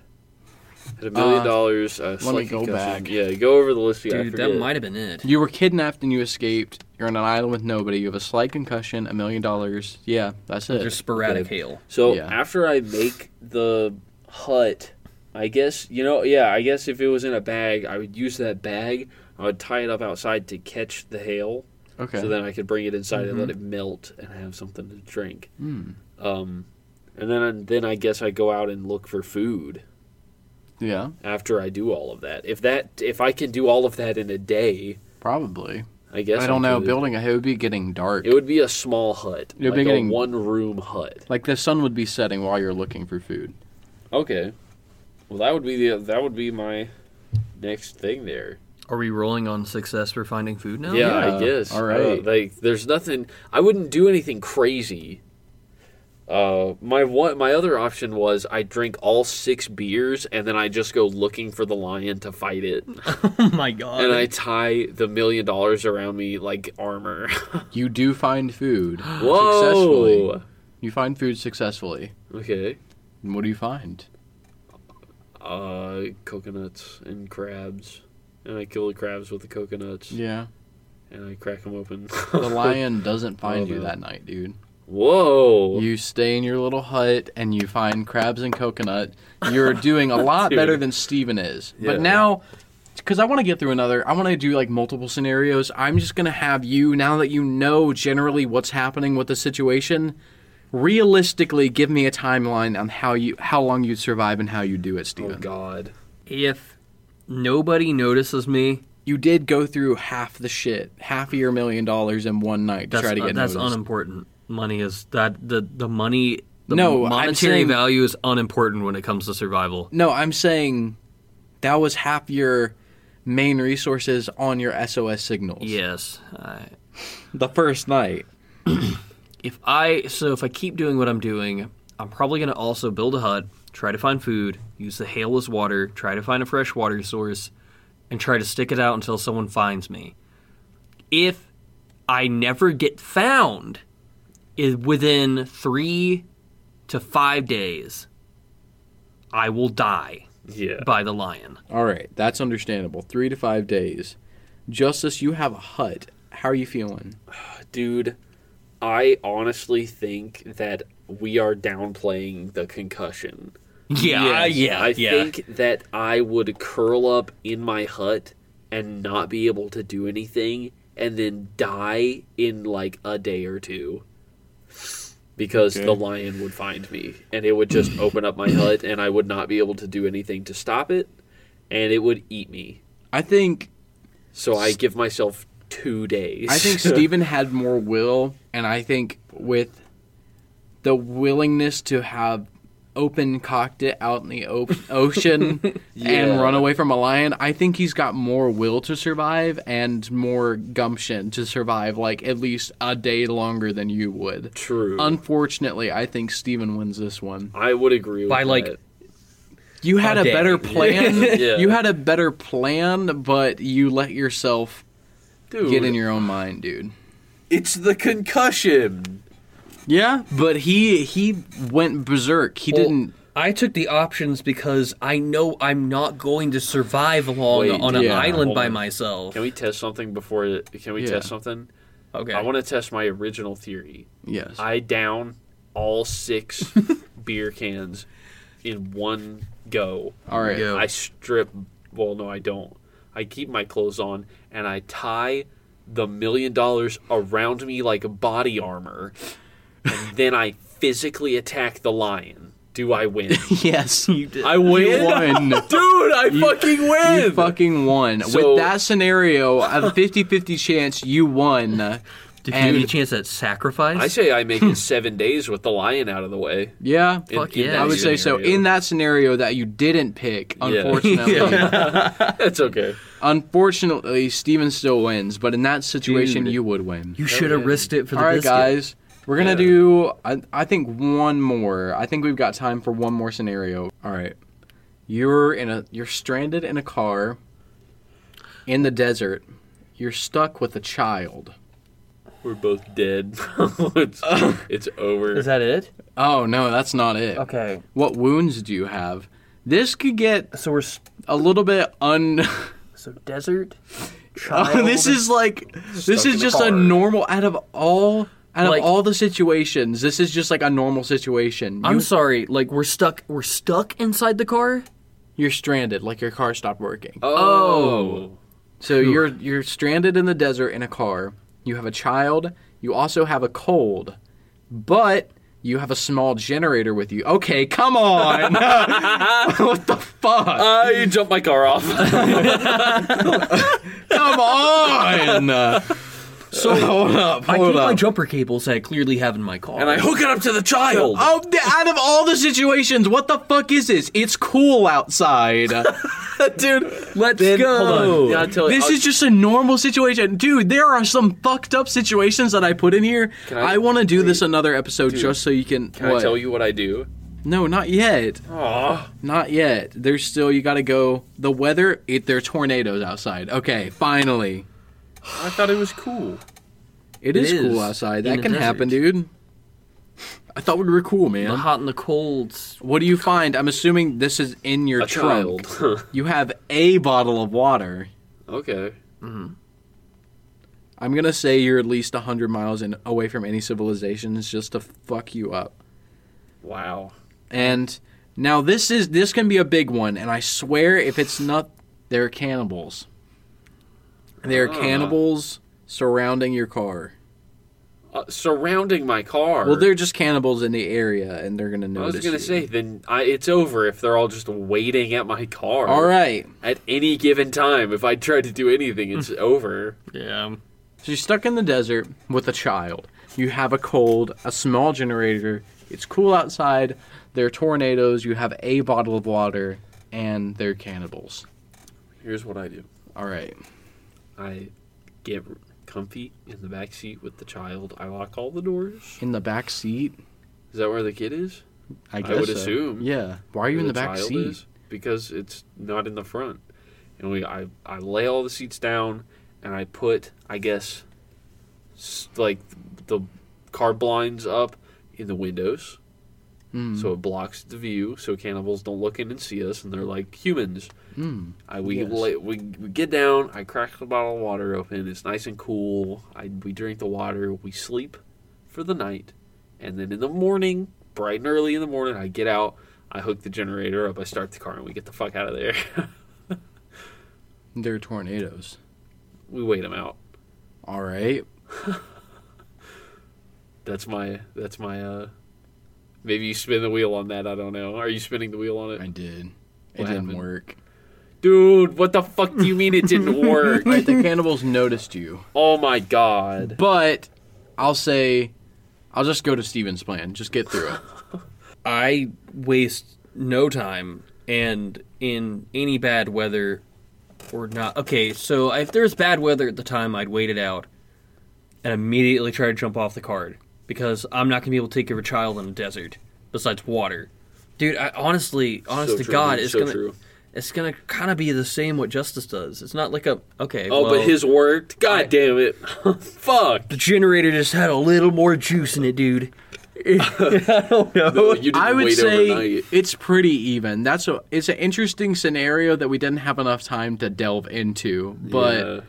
[SPEAKER 5] Had a million
[SPEAKER 4] Uh,
[SPEAKER 5] dollars. Uh,
[SPEAKER 4] me
[SPEAKER 5] slight
[SPEAKER 4] go
[SPEAKER 5] concussion.
[SPEAKER 4] back.
[SPEAKER 5] Yeah, go over the list. Yeah, I
[SPEAKER 3] Dude, that
[SPEAKER 5] forget.
[SPEAKER 3] might have been it.
[SPEAKER 4] You were kidnapped and you escaped. You're on an island with nobody. You have a slight concussion, a million dollars. Yeah, that's it.
[SPEAKER 3] There's sporadic
[SPEAKER 5] Okay.
[SPEAKER 3] hail.
[SPEAKER 5] So
[SPEAKER 4] Yeah.
[SPEAKER 5] after I make the hut, I guess you know, yeah, I guess if it was in a bag, I would use that bag. I would tie it up outside to catch the hail,
[SPEAKER 4] okay.
[SPEAKER 5] so then I could bring it inside and let it melt and have something to drink.
[SPEAKER 4] Hmm.
[SPEAKER 5] Um, and then then I guess I go out and look for food
[SPEAKER 4] Yeah,
[SPEAKER 5] after I do all of that. If that if I can do all of that in a day,
[SPEAKER 4] probably.
[SPEAKER 5] I guess
[SPEAKER 4] I don't know.
[SPEAKER 5] could.
[SPEAKER 4] Building a hut would be getting dark.
[SPEAKER 5] It would be a small hut,
[SPEAKER 4] You'll
[SPEAKER 5] like
[SPEAKER 4] be getting-
[SPEAKER 5] a one room hut.
[SPEAKER 4] like the sun would be setting while you're looking for food.
[SPEAKER 5] Okay. Well, that would be the that would be my next thing there.
[SPEAKER 3] Are we rolling on success for finding food now?
[SPEAKER 5] Oh, yeah,
[SPEAKER 4] yeah.
[SPEAKER 5] I guess.
[SPEAKER 4] All right.
[SPEAKER 5] Uh, like, there's nothing. I wouldn't do anything crazy. Uh, my one, my other option was I drink all six beers and then I just go looking for the lion to fight it,
[SPEAKER 3] Oh my god.
[SPEAKER 5] and I tie the million dollars around me like armor.
[SPEAKER 4] You do find food successfully.
[SPEAKER 5] Whoa.
[SPEAKER 4] You find food successfully.
[SPEAKER 5] Okay.
[SPEAKER 4] And what do you find?
[SPEAKER 5] Uh, coconuts and crabs, and I kill the crabs with the coconuts,
[SPEAKER 4] Yeah.
[SPEAKER 5] and I crack them open.
[SPEAKER 4] The lion doesn't find you
[SPEAKER 5] no.
[SPEAKER 4] that night, dude.
[SPEAKER 5] Whoa.
[SPEAKER 4] You stay in your little hut and you find crabs and coconut. You're doing a lot
[SPEAKER 5] Dude.
[SPEAKER 4] better than Steven is.
[SPEAKER 5] Yeah.
[SPEAKER 4] But now, because I want to get through another, I want to do like multiple scenarios. I'm just going to have you, now that you know generally what's happening with the situation, realistically give me a timeline on how you how long you survive and how you do it,
[SPEAKER 5] oh
[SPEAKER 4] Steven.
[SPEAKER 5] God.
[SPEAKER 3] if nobody notices me,
[SPEAKER 4] you did go through half the shit, half of your million dollars in one night to
[SPEAKER 3] that's, uh,
[SPEAKER 4] try to get
[SPEAKER 3] that's
[SPEAKER 4] noticed.
[SPEAKER 3] unimportant. Money is that the the money the
[SPEAKER 4] No, I'm
[SPEAKER 3] monetary
[SPEAKER 4] saying-
[SPEAKER 3] value is unimportant when it comes to survival.
[SPEAKER 4] No, I'm saying that was half your main resources on your SOS signals.
[SPEAKER 3] Yes. I,
[SPEAKER 4] The first night.
[SPEAKER 3] if I so if I keep doing what I'm doing, I'm probably going to also build a hut, try to find food, use the hail as water, try to find a fresh water source, and try to stick it out until someone finds me. If I never get found is within three to five days, I will die
[SPEAKER 1] Yeah.
[SPEAKER 3] by the lion.
[SPEAKER 4] All right, that's understandable. Three to five days. Justice, you have a hut. How are you feeling?
[SPEAKER 5] Dude, I honestly think that we are downplaying the concussion.
[SPEAKER 3] Yeah, yeah,
[SPEAKER 5] I
[SPEAKER 3] yeah.
[SPEAKER 5] think that I would curl up in my hut and not be able to do anything and then die in like a day or two because the lion would find me and it would just open up my hut and I would not be able to do anything to stop it and it would eat me.
[SPEAKER 4] I think
[SPEAKER 5] So I give myself 2 days.
[SPEAKER 4] I think Steven had more will, and I think with the willingness to have open cocked it out in the op- ocean and run away from a lion, I think he's got more will to survive and more gumption to survive, like at least a day longer than you would.
[SPEAKER 5] true.
[SPEAKER 4] Unfortunately, I think Steven wins this one.
[SPEAKER 5] I would agree with
[SPEAKER 3] By, like,
[SPEAKER 5] that.
[SPEAKER 4] You had
[SPEAKER 3] A
[SPEAKER 4] a,
[SPEAKER 3] day.
[SPEAKER 4] better plan.
[SPEAKER 5] Yeah.
[SPEAKER 4] You had a better plan, but you let yourself
[SPEAKER 5] Dude,
[SPEAKER 4] get in your own mind, dude.
[SPEAKER 5] it's the concussion.
[SPEAKER 4] Yeah, but he he went berserk. He
[SPEAKER 3] Well,
[SPEAKER 4] didn't.
[SPEAKER 3] I took the options because I know I'm not going to survive long
[SPEAKER 5] Wait,
[SPEAKER 3] on an
[SPEAKER 4] yeah,
[SPEAKER 3] island
[SPEAKER 5] hold
[SPEAKER 3] by
[SPEAKER 5] on.
[SPEAKER 3] myself.
[SPEAKER 5] Can we test something before can we
[SPEAKER 4] Yeah.
[SPEAKER 5] test something?
[SPEAKER 3] okay.
[SPEAKER 5] I want to test my original theory.
[SPEAKER 4] Yes.
[SPEAKER 5] I down all six beer cans in one go.
[SPEAKER 4] All right.
[SPEAKER 3] Yeah.
[SPEAKER 5] I strip. Well, no, I don't. I keep my clothes on and I tie the million dollars around me like body armor, and then I physically attack the lion. Do I win?
[SPEAKER 4] Yes, you did.
[SPEAKER 5] I win,
[SPEAKER 4] You won.
[SPEAKER 5] dude! I fucking win.
[SPEAKER 4] You fucking won.
[SPEAKER 5] So-
[SPEAKER 4] With that scenario, a 50-50 chance you won.
[SPEAKER 3] Did you
[SPEAKER 4] and-
[SPEAKER 3] have a chance at sacrifice?
[SPEAKER 5] I say I make it seven days with the lion out of the way.
[SPEAKER 4] Yeah.
[SPEAKER 5] In-
[SPEAKER 3] Fuck
[SPEAKER 5] in
[SPEAKER 3] yeah,
[SPEAKER 5] that
[SPEAKER 4] I would say so.
[SPEAKER 5] scenario.
[SPEAKER 4] In that scenario that you didn't pick, unfortunately,
[SPEAKER 5] that's okay.
[SPEAKER 4] unfortunately, Steven still wins. But in that situation,
[SPEAKER 3] Dude.
[SPEAKER 4] you would win.
[SPEAKER 3] you should have risked it for the
[SPEAKER 4] All right,
[SPEAKER 3] biscuit.
[SPEAKER 4] guys. We're gonna
[SPEAKER 5] Yeah.
[SPEAKER 4] do. I, I think one more. I think we've got time for one more scenario. All right. You're in a. You're stranded in a car. In the desert, you're stuck with a child.
[SPEAKER 5] We're both dead. it's, it's over.
[SPEAKER 3] Is that it?
[SPEAKER 4] Oh no, that's not it.
[SPEAKER 3] Okay.
[SPEAKER 4] What wounds do you have? This could get
[SPEAKER 3] So we're s-
[SPEAKER 4] a little bit un.
[SPEAKER 3] so desert. Child.
[SPEAKER 4] this is like. this
[SPEAKER 5] Stuck in
[SPEAKER 4] is
[SPEAKER 5] a
[SPEAKER 4] just
[SPEAKER 5] car.
[SPEAKER 4] a normal. Out of all. Out
[SPEAKER 3] Like-
[SPEAKER 4] of all the situations, this is just like a normal situation.
[SPEAKER 3] I'm
[SPEAKER 4] You,
[SPEAKER 3] sorry. Like we're stuck. We're stuck inside the car.
[SPEAKER 4] you're stranded, like your car stopped working.
[SPEAKER 5] Oh.
[SPEAKER 4] So you're you're stranded in the desert in a car. You have a child. You also have a cold, but you have a small generator with you. Okay, come on. what the fuck?
[SPEAKER 5] Uh, you jumped my car off.
[SPEAKER 4] Come on. So hold up,
[SPEAKER 3] I
[SPEAKER 4] hold
[SPEAKER 3] keep my
[SPEAKER 4] up.
[SPEAKER 3] jumper cables that I clearly have in my car.
[SPEAKER 5] and I hook it up to the child.
[SPEAKER 4] Oh, th- out of all the situations, what the fuck is this? It's cool outside.
[SPEAKER 5] dude.
[SPEAKER 3] Let's
[SPEAKER 4] Then-
[SPEAKER 3] go.
[SPEAKER 4] hold
[SPEAKER 5] Yeah, I'll tell you-
[SPEAKER 4] This
[SPEAKER 5] I'll-
[SPEAKER 4] is just a normal situation. Dude, there are some fucked up situations that I put in here.
[SPEAKER 5] I-
[SPEAKER 4] I, want to do this another episode just so you can.
[SPEAKER 5] Can I tell you what I do?
[SPEAKER 4] No, not yet.
[SPEAKER 5] Aw.
[SPEAKER 4] Not yet. There's still you got to go. The weather, it, there are tornadoes outside. Okay, finally,
[SPEAKER 5] I thought it was cool.
[SPEAKER 4] it is,
[SPEAKER 3] is.
[SPEAKER 4] cool outside.
[SPEAKER 3] In
[SPEAKER 4] That
[SPEAKER 3] the
[SPEAKER 4] can happen, dude. I thought we were cool,
[SPEAKER 3] The
[SPEAKER 4] man.
[SPEAKER 3] hot and the colds.
[SPEAKER 4] What do you find? I'm assuming this is in your
[SPEAKER 5] A
[SPEAKER 4] trunk.
[SPEAKER 5] child.
[SPEAKER 4] You have a bottle of water.
[SPEAKER 5] okay.
[SPEAKER 4] I'm gonna say you're at least hundred miles and away from any civilizations just to fuck you up.
[SPEAKER 5] Wow.
[SPEAKER 4] And now this is this can be a big one, and I swear if it's not, they're cannibals. They're
[SPEAKER 5] Ah.
[SPEAKER 4] cannibals surrounding your car.
[SPEAKER 5] Uh, surrounding my car.
[SPEAKER 4] Well, they're just cannibals in the area, and they're gonna
[SPEAKER 5] I
[SPEAKER 4] notice.
[SPEAKER 5] was gonna
[SPEAKER 4] you.
[SPEAKER 5] say then I, it's over if they're all just waiting at my car.
[SPEAKER 4] All right,
[SPEAKER 5] At any given time, if I try to do anything, it's
[SPEAKER 4] Hmm.
[SPEAKER 5] over.
[SPEAKER 3] Yeah.
[SPEAKER 4] so you're stuck in the desert with a child. You have a cold, a small generator. It's cool outside. There are tornadoes. You have a bottle of water, and they're cannibals.
[SPEAKER 5] Here's what I do.
[SPEAKER 4] All right.
[SPEAKER 5] I get comfy in the back seat with the child. I lock all the doors.
[SPEAKER 4] In the back seat.
[SPEAKER 5] Is that where the kid is?
[SPEAKER 4] I guess
[SPEAKER 6] I would
[SPEAKER 4] so.
[SPEAKER 6] assume.
[SPEAKER 4] Yeah. Why are you in the
[SPEAKER 6] where
[SPEAKER 4] back
[SPEAKER 6] child
[SPEAKER 4] seat?
[SPEAKER 6] is, because it's not in the front. And we, I, I lay all the seats down, and I put, I guess, s- like the car blinds up in the windows,
[SPEAKER 4] Mm.
[SPEAKER 6] so it blocks the view, so cannibals don't look in and see us, and they're like humans.
[SPEAKER 4] Mm.
[SPEAKER 6] I we,
[SPEAKER 4] Yes.
[SPEAKER 6] lay, we we get down. I crack the bottle of water open. It's nice and cool. I we drink the water. We sleep for the night, and then in the morning, bright and early in the morning, I get out. I hook the generator up. I start the car, and we get the fuck out of there.
[SPEAKER 4] They're tornadoes.
[SPEAKER 6] we wait them out.
[SPEAKER 4] All right.
[SPEAKER 6] That's my that's my uh. Maybe you spin the wheel on that. I don't know. Are you spinning the wheel on
[SPEAKER 4] I
[SPEAKER 6] it,
[SPEAKER 4] did. It
[SPEAKER 6] What
[SPEAKER 4] didn't
[SPEAKER 6] happened?
[SPEAKER 4] work.
[SPEAKER 6] dude? What the fuck do you mean it didn't work?
[SPEAKER 4] All right, the cannibals noticed you.
[SPEAKER 6] oh my god.
[SPEAKER 4] But I'll say, I'll just go to Steven's plan. Just get through it.
[SPEAKER 3] I waste no time and in any bad weather or not. Okay, so if there's bad weather at the time, I'd wait it out and immediately try to jump off the card because I'm not going to be able to take care of a child in a desert besides water. Dude, I honestly, honest
[SPEAKER 6] So
[SPEAKER 3] to
[SPEAKER 6] true,
[SPEAKER 3] God,
[SPEAKER 6] dude,
[SPEAKER 3] it's
[SPEAKER 6] so
[SPEAKER 3] gonna
[SPEAKER 6] true.
[SPEAKER 3] it's gonna kind of be the same what Justice does. It's not like a okay.
[SPEAKER 6] Oh,
[SPEAKER 3] well,
[SPEAKER 6] but his worked. God damn it. fuck.
[SPEAKER 3] the generator just had a little more juice in it, dude. I don't know.
[SPEAKER 6] You didn't
[SPEAKER 4] I would
[SPEAKER 6] wait
[SPEAKER 4] say
[SPEAKER 6] overnight.
[SPEAKER 4] it's pretty even. That's a it's an interesting scenario that we didn't have enough time to delve into. But
[SPEAKER 6] Yeah.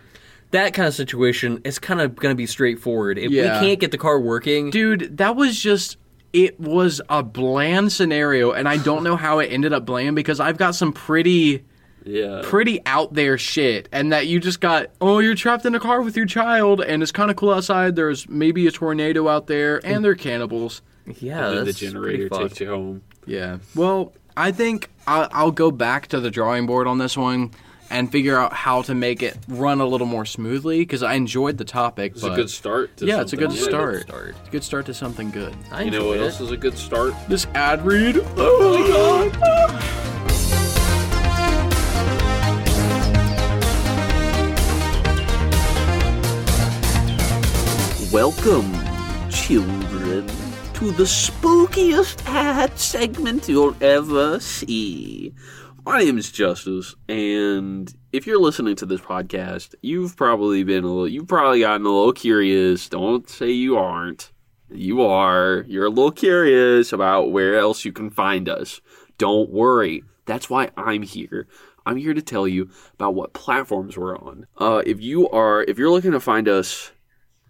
[SPEAKER 3] that kind of situation, it's kind of going to be straightforward. If
[SPEAKER 4] Yeah.
[SPEAKER 3] we can't get the car working,
[SPEAKER 4] dude, that was just it was a bland scenario, and I don't know how it ended up bland because I've got some pretty
[SPEAKER 6] yeah.
[SPEAKER 4] pretty out there shit, and that you just got oh you're trapped in a car with your child, and it's kind of cool outside. There's maybe a tornado out there, and they're cannibals.
[SPEAKER 3] yeah,
[SPEAKER 6] Then
[SPEAKER 3] that's
[SPEAKER 6] the generator
[SPEAKER 3] pretty
[SPEAKER 6] takes
[SPEAKER 3] fucked.
[SPEAKER 6] you home.
[SPEAKER 4] Yeah. Well, I think I'll, I'll go back to the drawing board on this one and figure out how to make it run a little more smoothly because I enjoyed the topic.
[SPEAKER 6] It's
[SPEAKER 4] but
[SPEAKER 6] a good start. To
[SPEAKER 4] yeah, it's a
[SPEAKER 6] something
[SPEAKER 4] good
[SPEAKER 6] new.
[SPEAKER 4] start.
[SPEAKER 3] start.
[SPEAKER 4] It's a good start to something good.
[SPEAKER 3] I
[SPEAKER 6] You know what
[SPEAKER 3] enjoyed it.
[SPEAKER 6] else is a good start?
[SPEAKER 4] This ad read. Oh my god.
[SPEAKER 5] Welcome, children, to the spookiest ad segment you'll ever see. My name is Justice, and if you're listening to this podcast, you've probably been a little, you've probably gotten a little curious. Don't say you aren't. You are. You're a little curious about where else you can find us. Don't worry. That's why I'm here. I'm here to tell you about what platforms we're on. Uh, if you are, if you're looking to find us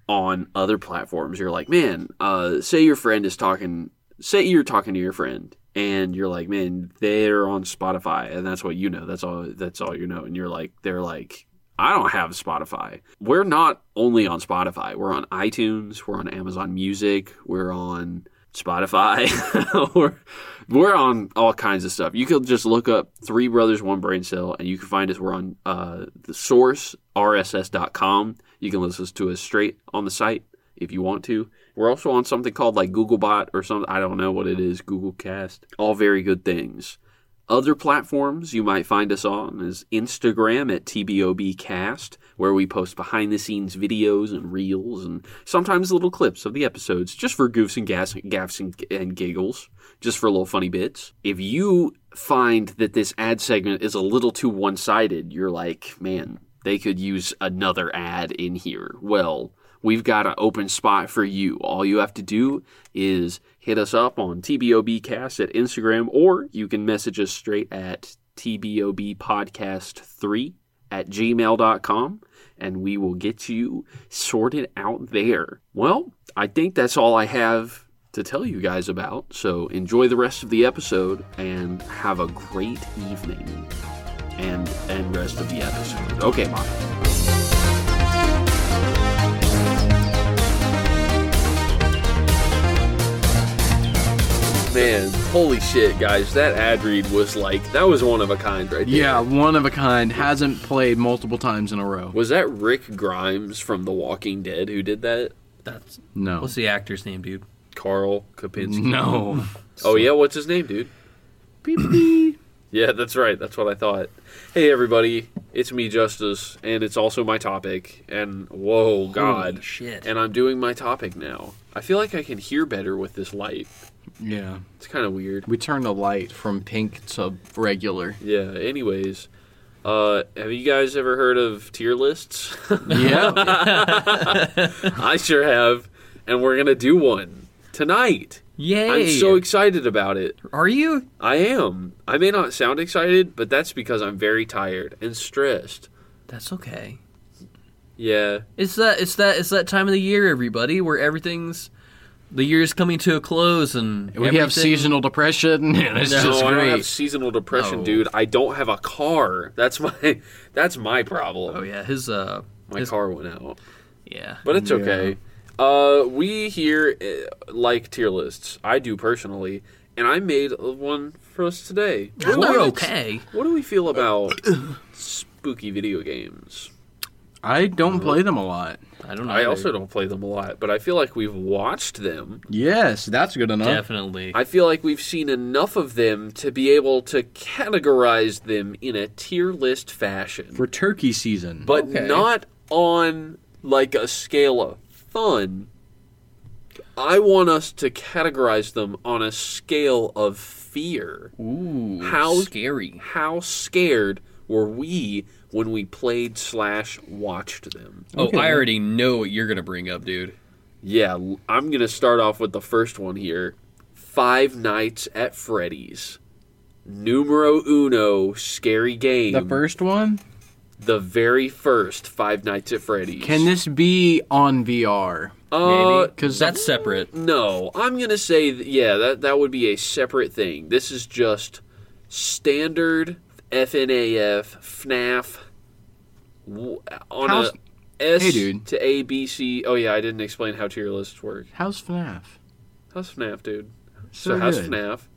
[SPEAKER 5] on other platforms you're like man uh, say your friend is talking say you're talking to your friend and you're like man they're on spotify and that's what you know that's all that's all you know and you're like they're like i don't have spotify we're not only on spotify we're on itunes we're on amazon music we're on spotify we're, we're on all kinds of stuff you could just look up three brothers one brain cell and you can find us we're on uh, the source rss.com you can listen to us straight on the site if you want to. We're also on something called like Googlebot or something. I don't know what it is. Google Cast. All very good things. Other platforms you might find us on is Instagram at TBOBcast, where we post behind the scenes videos and reels and sometimes little clips of the episodes just for goofs and gas, gaffs and, and giggles, just for little funny bits. If you find that this ad segment is a little too one sided, you're like, man, they could use another ad in here. Well, we've got an open spot for you. All you have to do is hit us up on TBOBcast at Instagram, or you can message us straight at TBOBpodcast3 at gmail.com, and we will get you sorted out there. Well, I think that's all I have to tell you guys about, so enjoy the rest of the episode and have a great evening and and rest of the episode. Okay, bye.
[SPEAKER 6] Man, holy shit, guys! That ad read was like that was one of a kind, right there.
[SPEAKER 4] Yeah, one of a kind. Hasn't played multiple times in a row.
[SPEAKER 6] Was that Rick Grimes from The Walking Dead who did that?
[SPEAKER 3] That's
[SPEAKER 4] No.
[SPEAKER 3] what's the actor's name, dude?
[SPEAKER 6] Carl Kapinski.
[SPEAKER 4] No.
[SPEAKER 6] Oh yeah, what's his name, dude? yeah, that's right. That's what I thought. Hey everybody, it's me, Justice, and it's also my topic. And whoa, God,
[SPEAKER 3] shit.
[SPEAKER 6] And I'm doing my topic now. I feel like I can hear better with this light.
[SPEAKER 4] Yeah.
[SPEAKER 5] It's kind of weird.
[SPEAKER 4] We turned the light from pink to regular.
[SPEAKER 5] Yeah. Anyways, uh, have you guys ever heard of tier lists?
[SPEAKER 4] Yeah.
[SPEAKER 5] I sure have, and we're gonna do one tonight.
[SPEAKER 3] Yay!
[SPEAKER 5] I'm so excited about it.
[SPEAKER 3] Are you?
[SPEAKER 5] I am. I may not sound excited, but that's because I'm very tired and stressed.
[SPEAKER 3] That's okay.
[SPEAKER 5] Yeah.
[SPEAKER 3] It's that it's that it's that time of the year, everybody, where everything's the year's coming to a close and
[SPEAKER 4] we have
[SPEAKER 3] everything-
[SPEAKER 4] seasonal depression, and it's
[SPEAKER 5] No,
[SPEAKER 4] just
[SPEAKER 5] I don't have
[SPEAKER 4] great.
[SPEAKER 5] seasonal depression,
[SPEAKER 3] No.
[SPEAKER 5] dude. I don't have a car. That's my that's my problem.
[SPEAKER 3] Oh yeah, his uh,
[SPEAKER 5] My
[SPEAKER 3] his,
[SPEAKER 5] car went out.
[SPEAKER 3] yeah.
[SPEAKER 5] But it's
[SPEAKER 4] Yeah.
[SPEAKER 5] okay. Uh, we here uh, like tier lists. I do personally, and I made one for us today.
[SPEAKER 3] We're
[SPEAKER 5] What?
[SPEAKER 3] okay.
[SPEAKER 5] What do we feel about spooky video games?
[SPEAKER 4] I don't play them a lot.
[SPEAKER 3] I don't know.
[SPEAKER 5] I also don't play them a lot, but I feel like we've watched them.
[SPEAKER 4] Yes, that's good enough.
[SPEAKER 3] definitely.
[SPEAKER 5] I feel like we've seen enough of them to be able to categorize them in a tier list fashion.
[SPEAKER 4] For turkey season.
[SPEAKER 5] but
[SPEAKER 3] Okay.
[SPEAKER 5] not on like a scale of fun. I want us to categorize them on a scale of fear.
[SPEAKER 3] Ooh,
[SPEAKER 5] How-
[SPEAKER 3] scary.
[SPEAKER 5] How scared were we when we played slash watched them?
[SPEAKER 3] Oh, I already know what you're gonna bring up, dude.
[SPEAKER 5] Yeah, l- I'm gonna start off with the first one here. Five Nights at Freddy's, numero uno scary game.
[SPEAKER 4] the first one?
[SPEAKER 5] The very first Five Nights at Freddy's.
[SPEAKER 4] Can this be on VR?
[SPEAKER 5] uh,
[SPEAKER 4] Because
[SPEAKER 3] That's separate.
[SPEAKER 5] No, I'm gonna say th- yeah. That that would be a separate thing. This is just standard FNAF FNAF w- on
[SPEAKER 4] How's-
[SPEAKER 5] a S
[SPEAKER 4] Hey, dude.
[SPEAKER 5] to A B C. Oh yeah, I didn't explain how tier lists work.
[SPEAKER 4] how's FNAF?
[SPEAKER 5] How's FNAF, dude?
[SPEAKER 4] So
[SPEAKER 5] how's
[SPEAKER 4] good.
[SPEAKER 5] FNAF?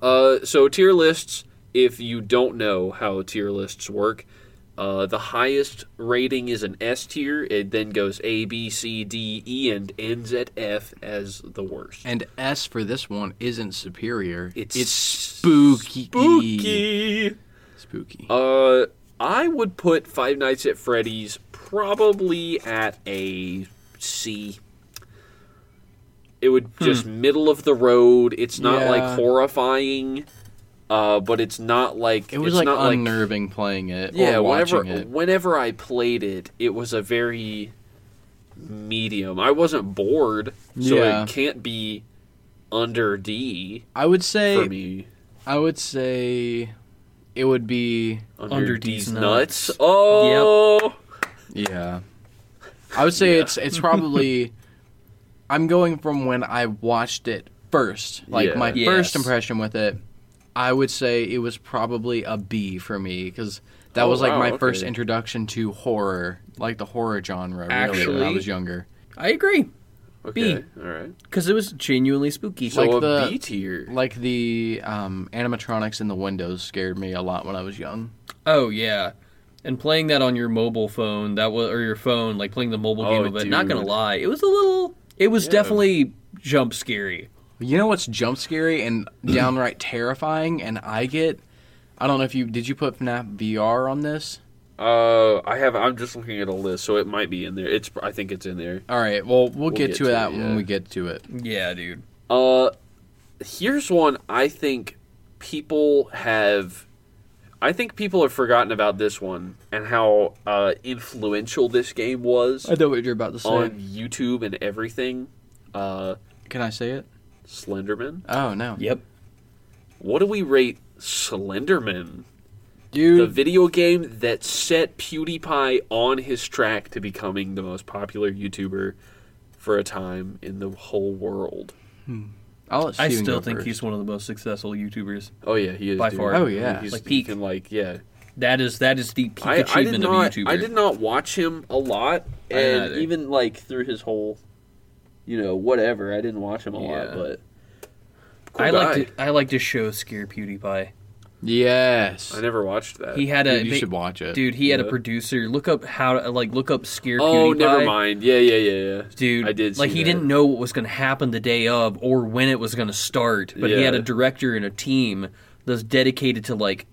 [SPEAKER 5] Uh, so tier lists. If you don't know how tier lists work, uh, the highest rating is an S tier. It then goes A, B, C, D, E, and ends at F as the worst.
[SPEAKER 4] And S for this one isn't superior.
[SPEAKER 5] It's
[SPEAKER 4] spooky.
[SPEAKER 5] spooky.
[SPEAKER 4] Spooky.
[SPEAKER 5] Uh, I would put Five Nights at Freddy's probably at a C. It would just middle of the road. It's not
[SPEAKER 4] Hmm. Yeah.
[SPEAKER 5] like horrifying, uh, but it's not like
[SPEAKER 4] it was
[SPEAKER 5] it's
[SPEAKER 4] like
[SPEAKER 5] not
[SPEAKER 4] unnerving playing it
[SPEAKER 5] yeah,
[SPEAKER 4] or watching
[SPEAKER 5] whenever
[SPEAKER 4] it.
[SPEAKER 5] whenever I played it, it was a very medium. I wasn't bored, so
[SPEAKER 4] Yeah.
[SPEAKER 5] it can't be under D
[SPEAKER 4] I would
[SPEAKER 5] for
[SPEAKER 4] say
[SPEAKER 5] me.
[SPEAKER 4] I would say it would be
[SPEAKER 5] Under,
[SPEAKER 3] Under
[SPEAKER 5] D's,
[SPEAKER 3] D's
[SPEAKER 5] nuts.
[SPEAKER 3] nuts.
[SPEAKER 5] Oh.
[SPEAKER 4] yeah. I would say it's it's probably I'm going from when I watched it first. Like
[SPEAKER 5] Yeah.
[SPEAKER 4] my
[SPEAKER 3] Yes.
[SPEAKER 4] first impression with it, I would say it was probably a B for me cuz that
[SPEAKER 5] Oh,
[SPEAKER 4] was like
[SPEAKER 5] wow,
[SPEAKER 4] my
[SPEAKER 5] okay.
[SPEAKER 4] first introduction to horror, like the horror genre really when I
[SPEAKER 3] Actually-
[SPEAKER 4] was younger.
[SPEAKER 3] I agree
[SPEAKER 5] Okay.
[SPEAKER 3] B.
[SPEAKER 5] All right.
[SPEAKER 3] because it was genuinely spooky.
[SPEAKER 5] So
[SPEAKER 4] Like
[SPEAKER 5] a
[SPEAKER 4] the-
[SPEAKER 5] B tier.
[SPEAKER 4] Like the um, animatronics in the windows scared me a lot when I was young.
[SPEAKER 3] oh yeah, and playing that on your mobile phone that was or your phone like playing the mobile game
[SPEAKER 5] Oh,
[SPEAKER 3] of it. Not gonna
[SPEAKER 5] dude.
[SPEAKER 3] lie, it was a little. It was definitely jump scary.
[SPEAKER 4] You know what's jump scary and downright terrifying, and I get. I don't know if you did you put FNAF VR on this.
[SPEAKER 5] Uh, I have. I'm just looking at a list, so it might be in there. It's. I think it's in there.
[SPEAKER 4] All right, well we'll, get, to, that
[SPEAKER 5] it, yeah.
[SPEAKER 4] when we get to it.
[SPEAKER 3] Yeah, dude.
[SPEAKER 5] Uh, here's one. I think people have. I think people have forgotten about this one and how uh, influential this game was
[SPEAKER 4] know what you're about to say.
[SPEAKER 5] on YouTube and everything. Uh,
[SPEAKER 4] Can I say it?
[SPEAKER 5] Slenderman.
[SPEAKER 4] Oh no,
[SPEAKER 3] Yep.
[SPEAKER 5] What do we rate Slenderman? the
[SPEAKER 4] dude.
[SPEAKER 5] video game that set PewDiePie on his track to becoming the most popular YouTuber for a time in the whole world.
[SPEAKER 4] I'll let
[SPEAKER 3] I
[SPEAKER 4] Steven
[SPEAKER 3] still
[SPEAKER 4] go
[SPEAKER 3] think
[SPEAKER 4] first.
[SPEAKER 3] he's one of the most successful YouTubers.
[SPEAKER 5] Oh yeah, he is
[SPEAKER 3] By
[SPEAKER 5] dude.
[SPEAKER 3] far.
[SPEAKER 4] Oh, yeah.
[SPEAKER 5] he's
[SPEAKER 3] Like, peak.
[SPEAKER 5] and like yeah.
[SPEAKER 3] That is that is the peak
[SPEAKER 5] I, I did
[SPEAKER 3] achievement
[SPEAKER 5] not.
[SPEAKER 3] of a YouTuber.
[SPEAKER 5] I did not watch him a lot,
[SPEAKER 3] didn't
[SPEAKER 5] and
[SPEAKER 3] either.
[SPEAKER 5] even like through his whole, you know, whatever. I didn't watch him a lot,
[SPEAKER 3] Yeah.
[SPEAKER 5] but cool
[SPEAKER 3] I like
[SPEAKER 5] guy.
[SPEAKER 3] to I like to show scare PewDiePie.
[SPEAKER 4] Yes,
[SPEAKER 5] I never watched that.
[SPEAKER 3] He had a
[SPEAKER 4] dude, you
[SPEAKER 3] they-
[SPEAKER 4] should watch it,
[SPEAKER 3] dude. He had
[SPEAKER 5] Yeah.
[SPEAKER 3] a producer look up how to like look up scare.
[SPEAKER 5] oh,
[SPEAKER 3] PewDiePie.
[SPEAKER 5] never mind. Yeah, yeah, yeah, yeah.
[SPEAKER 3] dude.
[SPEAKER 5] I did.
[SPEAKER 3] like
[SPEAKER 5] see
[SPEAKER 3] he
[SPEAKER 5] that.
[SPEAKER 3] didn't know what was going to happen the day of or when it was going to start, but he had
[SPEAKER 5] Yeah.
[SPEAKER 3] a director and a team that's dedicated to like